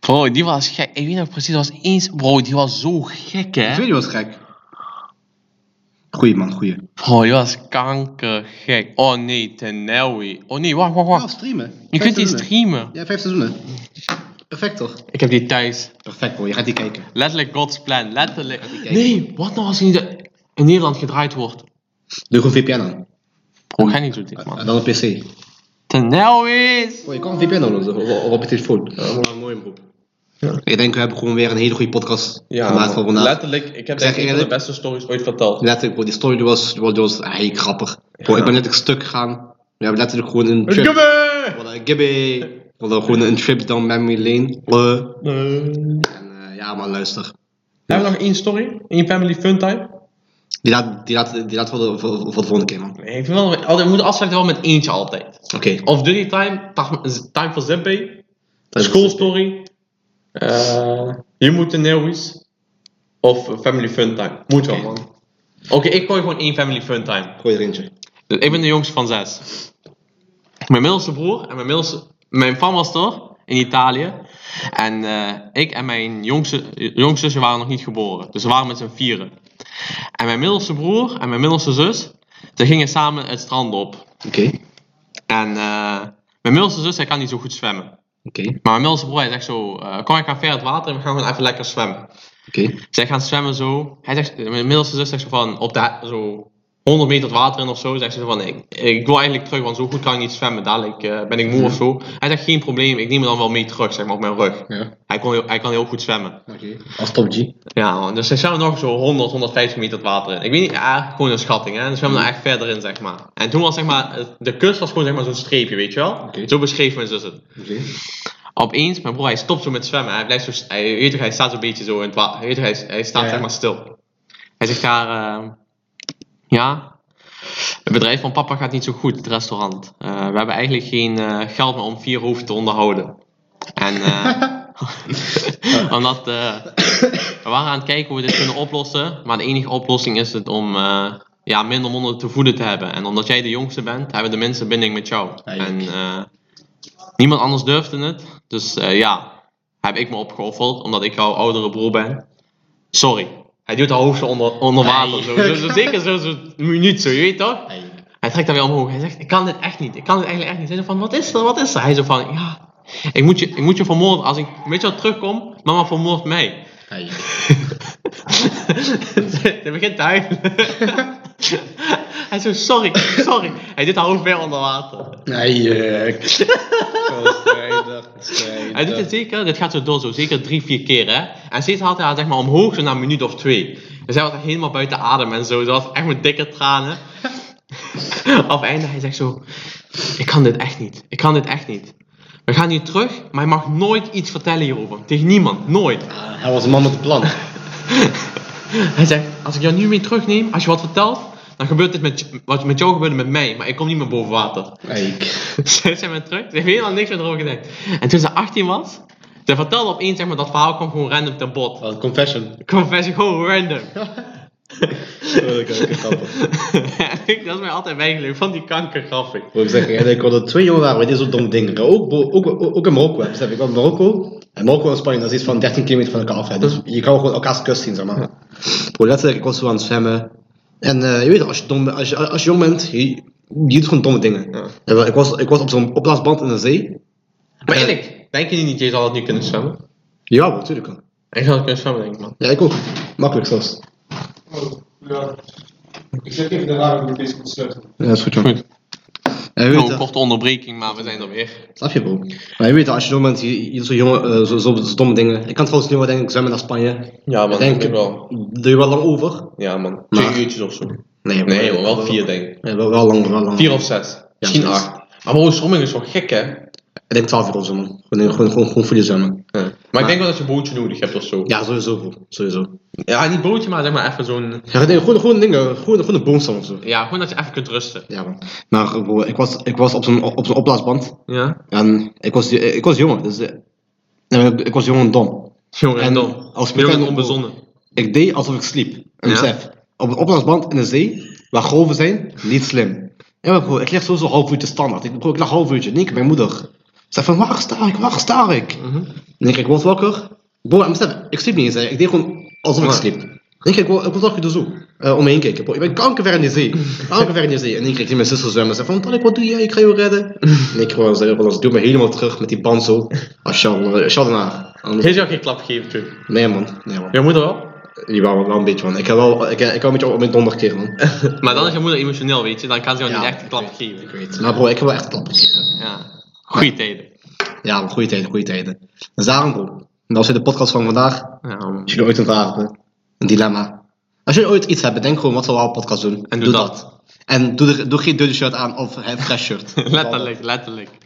Speaker 1: Bro, die was gek. Ik weet nog precies, dat was eens... Bro, die was zo gek, hè.
Speaker 2: Ik weet niet wat gek. Goeie man, goeie.
Speaker 1: Oh, die was kankergek. Oh nee, Tenelwi. Oh nee, wacht, wacht,
Speaker 2: Ja,
Speaker 1: wacht.
Speaker 2: streamen.
Speaker 1: Je
Speaker 2: Vijf
Speaker 1: kunt die
Speaker 2: seizoenen.
Speaker 1: streamen.
Speaker 2: Ja, vijf seizoenen. Perfect toch?
Speaker 1: Ik heb die thuis.
Speaker 2: Perfect bro, je gaat die kijken.
Speaker 1: Letterlijk God's plan, letterlijk.
Speaker 2: kijken.
Speaker 1: Nee, wat nou als die niet in Nederland gedraaid wordt?
Speaker 2: Doe gewoon VPN aan.
Speaker 1: Bro, ga niet zo dik,
Speaker 2: En
Speaker 1: man.
Speaker 2: Eh, dan op PC.
Speaker 1: Tenelwi's!
Speaker 2: Oh, je kan VPN downloaden op, op, op je telefoon.
Speaker 1: Mooi broek.
Speaker 2: Ik denk we hebben gewoon weer een hele goede podcast gemaakt voor vandaag.
Speaker 1: letterlijk, ik heb
Speaker 2: Zeg
Speaker 1: echt een van de
Speaker 2: eerlijk?
Speaker 1: beste stories ooit verteld.
Speaker 2: Letterlijk bro, die story die was, die was, die was eigenlijk grappig. Bro, ik ben letterlijk stuk gegaan. We hebben letterlijk gewoon een trip.
Speaker 1: Gubbe!
Speaker 2: We hadden gibby. We hadden gewoon een trip down memory lane. Eh, En eh, ja man, luister.
Speaker 1: Hebben we nog één story? Eén family fun time?
Speaker 2: Die laat, die laat, die laat voor, de, voor, voor de volgende keer man.
Speaker 1: Nee, ik vind wel, altijd- we moeten afsluiten wel met eentje altijd.
Speaker 2: Oké.
Speaker 1: Of Dirty Time, Time- Time for Zippy,
Speaker 2: is-
Speaker 1: School Story, eh, Je moet de Newies, of Family Fun Time. Moet wel,
Speaker 2: Oké.
Speaker 1: man. Oké, ik gooi gewoon één Family Fun Time.
Speaker 2: Gooi er eentje.
Speaker 1: Dus ik ben de jongste van zes. Mijn middelste broer en mijn middelste... Mijn fan was er, in Italië. En eh, ik en mijn jongste, jongzusje waren nog niet geboren. Dus we waren met z'n vieren. En mijn middelste broer en mijn middelste zus, ze gingen samen het strand op.
Speaker 2: Oké.
Speaker 1: En eh, mijn middelste zus, zij kan niet zo goed zwemmen.
Speaker 2: Oké.
Speaker 1: Maar mijn middelste broer, hij zegt zo, eh, kom ik ga ver het water en we gaan gewoon even lekker zwemmen.
Speaker 2: Oké.
Speaker 1: Zij gaan zwemmen zo. Hij zegt, mijn middelste zus zegt zo van, op de, he- zo 100 meter het water in of zo. Zegt ze zo van, ik, ik wil eigenlijk terug, want zo goed kan ik niet zwemmen. Dadelijk eh, ben ik moe of zo. Hij zegt, geen probleem, ik neem me dan wel mee terug, zeg maar, op mijn rug.
Speaker 2: Ja.
Speaker 1: Hij, kon, heel- hij kan heel goed zwemmen.
Speaker 2: Oké. Als top G.
Speaker 1: Ja, man. dus zij zwemmen nog zo 100, 150 meter het water in. Ik weet niet, ja, gewoon een schatting, hè. Ze zwemmen
Speaker 2: Mm.
Speaker 1: er echt verder in, zeg maar. En toen was, zeg maar, eh, de kust was gewoon, zeg maar, zo'n streepje, weet je wel.
Speaker 2: Oké.
Speaker 1: Zo beschreef mijn zus het.
Speaker 2: Oké.
Speaker 1: Opeens, mijn broer, hij stopt zo met zwemmen. Hij, blijft zo, hij, weet toch, hij staat zo'n beetje zo in het water. Weet toch, hij, hij staat
Speaker 2: Ja, ja.
Speaker 1: zeg maar stil. Hij zegt daar, ehm, ja, het bedrijf van papa gaat niet zo goed, het restaurant. Eh, we hebben eigenlijk geen eh, geld meer om vier hoofden te onderhouden. En
Speaker 2: [laughs]
Speaker 1: eh, [laughs] omdat eh, we waren aan het kijken hoe we dit kunnen oplossen. Maar de enige oplossing is het om eh, ja, minder monden te voeden te hebben. En omdat jij de jongste bent, hebben de mensen binding met jou. En
Speaker 2: Eigenlijk.
Speaker 1: eh, niemand anders durfde het. Dus eh, ja, heb ik me opgeofferd. Omdat ik jouw oudere broer ben. Sorry. Hij duwt haar hoofd zo onder, onder water. Zo, zo, zo, zeker zo'n zo, zo'n minuut zo, je weet toch? Hij trekt haar weer omhoog. Hij zegt, ik kan dit echt niet. Ik kan dit eigenlijk echt niet. Hij zegt van, wat is er? Wat is er? Hij zo van, ja, ik moet je, ik moet je vermoorden. Als ik weet je wat terugkom, mama vermoordt mij.
Speaker 2: eh,
Speaker 1: Hij begint te huilen. Hij zo, sorry, sorry. Hij doet haar hoofd weer onder water.
Speaker 2: eh. Eijek. Strijdig,
Speaker 1: Hij doet het zeker, dit gaat zo door, zo zeker drie, vier keer hè. En steeds haalt hij haar zeg maar omhoog, zo na een minuut of twee. Dus hij was echt helemaal buiten adem en zo, ze was echt met dikke tranen. Op einde, hij zegt zo, ik kan dit echt niet, ik kan dit echt niet. We gaan nu terug, maar je mag nooit iets vertellen hierover. Tegen niemand, nooit.
Speaker 2: Hij was een man met een plan.
Speaker 1: [laughs] Hij zegt, als ik jou nu mee terugneem, als je wat vertelt, dan gebeurt dit met, j- wat met jou gebeurde met mij, maar ik kom niet meer boven water. [laughs]
Speaker 2: Eik.
Speaker 1: Zij zijn met terug. Ze heeft helemaal niks meer erover gedacht. En toen ze 18 was, ze vertelde opeens zeg maar, dat verhaal kwam gewoon random ten bod.
Speaker 2: Wat een confession. [laughs]
Speaker 1: Confession, gewoon random. [laughs]
Speaker 2: Oh, Dat is grappig.
Speaker 1: en [laughs] ik, dat is mij altijd bijgebleven, van die kankergraffig.
Speaker 2: Moet ik zeggen, ik denk dat er twee jongen waren met dit soort domme dingen. Ook, ook, ook, ook in Marokko, hè, besef ik. Want Marokko en Marokko en Spanje, dat is iets van 13 kilometer van elkaar af. Hè. Dus je kan gewoon elkaars kust zien, zeg maar. Bro, letterlijk, ik was zo aan het zwemmen. En eh, je weet het, als je, dom, als je, als je jong bent, je, je doet gewoon domme dingen.
Speaker 1: Ja.
Speaker 2: En wel, ik, was, ik was op zo'n oplaasband in de zee.
Speaker 1: Maar
Speaker 2: Eh,
Speaker 1: eerlijk, denk je niet, je zal dat nu kunnen zwemmen?
Speaker 2: Ja, wel, natuurlijk. wel.
Speaker 1: Ik zou het kunnen zwemmen, denk ik, man.
Speaker 2: Ja, ik ook. Makkelijk zelfs.
Speaker 4: Oh, ja. Ik zet even de ramen met deze sluiten.
Speaker 2: Ja, is goed, joh.
Speaker 1: Goed.
Speaker 2: En je weet,
Speaker 1: Nou, een
Speaker 2: het,
Speaker 1: korte onderbreking, maar we zijn er weer.
Speaker 2: snap je, bro. Maar je weet, het, als je jong bent, je, je doet zo'n jonge, eh, zo, zo, zo domme dingen. Ik kan trouwens nu wel denk ik zwemmen naar Spanje.
Speaker 1: Ja,
Speaker 2: man, Denk- ik
Speaker 1: wel.
Speaker 2: Doe je wel lang over?
Speaker 1: Ja, man.
Speaker 2: Maar-
Speaker 1: Twee uurtjes of zo.
Speaker 2: Nee,
Speaker 1: Nee, man, wel vier, denk ik.
Speaker 2: Ja, wel, wel lang, wel lang.
Speaker 1: Vier of zes. Misschien
Speaker 2: precies.
Speaker 1: acht. Maar bro, Schromming is wel gek, hè?
Speaker 2: Ik denk twaalf uur of zo, man. Gewoon, gewoon, gewoon, gewoon voor je zwemmen.
Speaker 1: Maar ik denk wel dat je een bootje nodig hebt of zo.
Speaker 2: Ja, sowieso, bro. Sowieso.
Speaker 1: Ja, niet bootje, maar zeg maar even zo'n...
Speaker 2: Ja, nee, gewoon, gewoon dingen. Gewoon, gewoon een boomstam of zo.
Speaker 1: Ja, gewoon dat je even kunt rusten.
Speaker 2: Ja, man. Maar eh, bro, ik was, ik was op zo'n op zo'n opblaasband.
Speaker 1: Ja?
Speaker 2: En ik was, ik was jonger, dus... eh, eh, ik was jong en dom.
Speaker 1: Jongen,
Speaker 2: En
Speaker 1: en dan.
Speaker 2: als
Speaker 1: Jong en
Speaker 2: meteen-
Speaker 1: onbezonnen.
Speaker 2: Ik deed alsof ik sliep. En
Speaker 1: Ja?
Speaker 2: besef, op een opblaasband in de zee, waar golven zijn, niet slim. Ja, maar bro, ik lig sowieso een half uurtje standaard. Ik, bro, ik lag een half uurtje, in één keer mijn moeder. Ze van, waar sta ik, waar sta ik?
Speaker 1: Mhm.
Speaker 2: En ik, ik word wakker. Bro, en besef, ik sliep niet eens, hè. ik deed gewoon alsof ik
Speaker 1: Ja.
Speaker 2: sliep. En ik, ik, word- ik word wakker door zo. eh, om me heen kijken. Bro, ik ben kankerver in de zee. Kankerver in de zee. En ik kreeg mijn zus zo zwemmen. Ze van, Talik, wat doe jij? Ik ga jou redden. En ik gewoon zei, "Roland, duw me helemaal terug met die band zo. Als Sjallanaar.
Speaker 1: Heeft jou geen klap gegeven, toen?
Speaker 2: Nee man, nee man.
Speaker 1: Je moeder wel?
Speaker 2: Die waren wel een beetje man. Ik heb wel, ik, ik heb een beetje op mijn donder gekregen man.
Speaker 1: Maar dan is je moeder emotioneel, weet je. Dan kan ze jou
Speaker 2: Ja.
Speaker 1: niet echt een klap geven. Ik weet
Speaker 2: Maar bro, ik heb wel echt een klap gekregen.
Speaker 1: Ja. Goeie tijden.
Speaker 2: Ja man, goede tijden, goede tijden. Dus daarom bro, als je de podcast van vandaag,
Speaker 1: Ja,
Speaker 2: als jullie ooit een vraag hebben, een dilemma. Als jullie ooit iets hebben, denk gewoon wat zullen we aan podcast doen.
Speaker 1: En doe dat.
Speaker 2: En doe, er- doe geen dunne shirt aan of een fresh shirt.
Speaker 1: [laughs] letterlijk, letterlijk.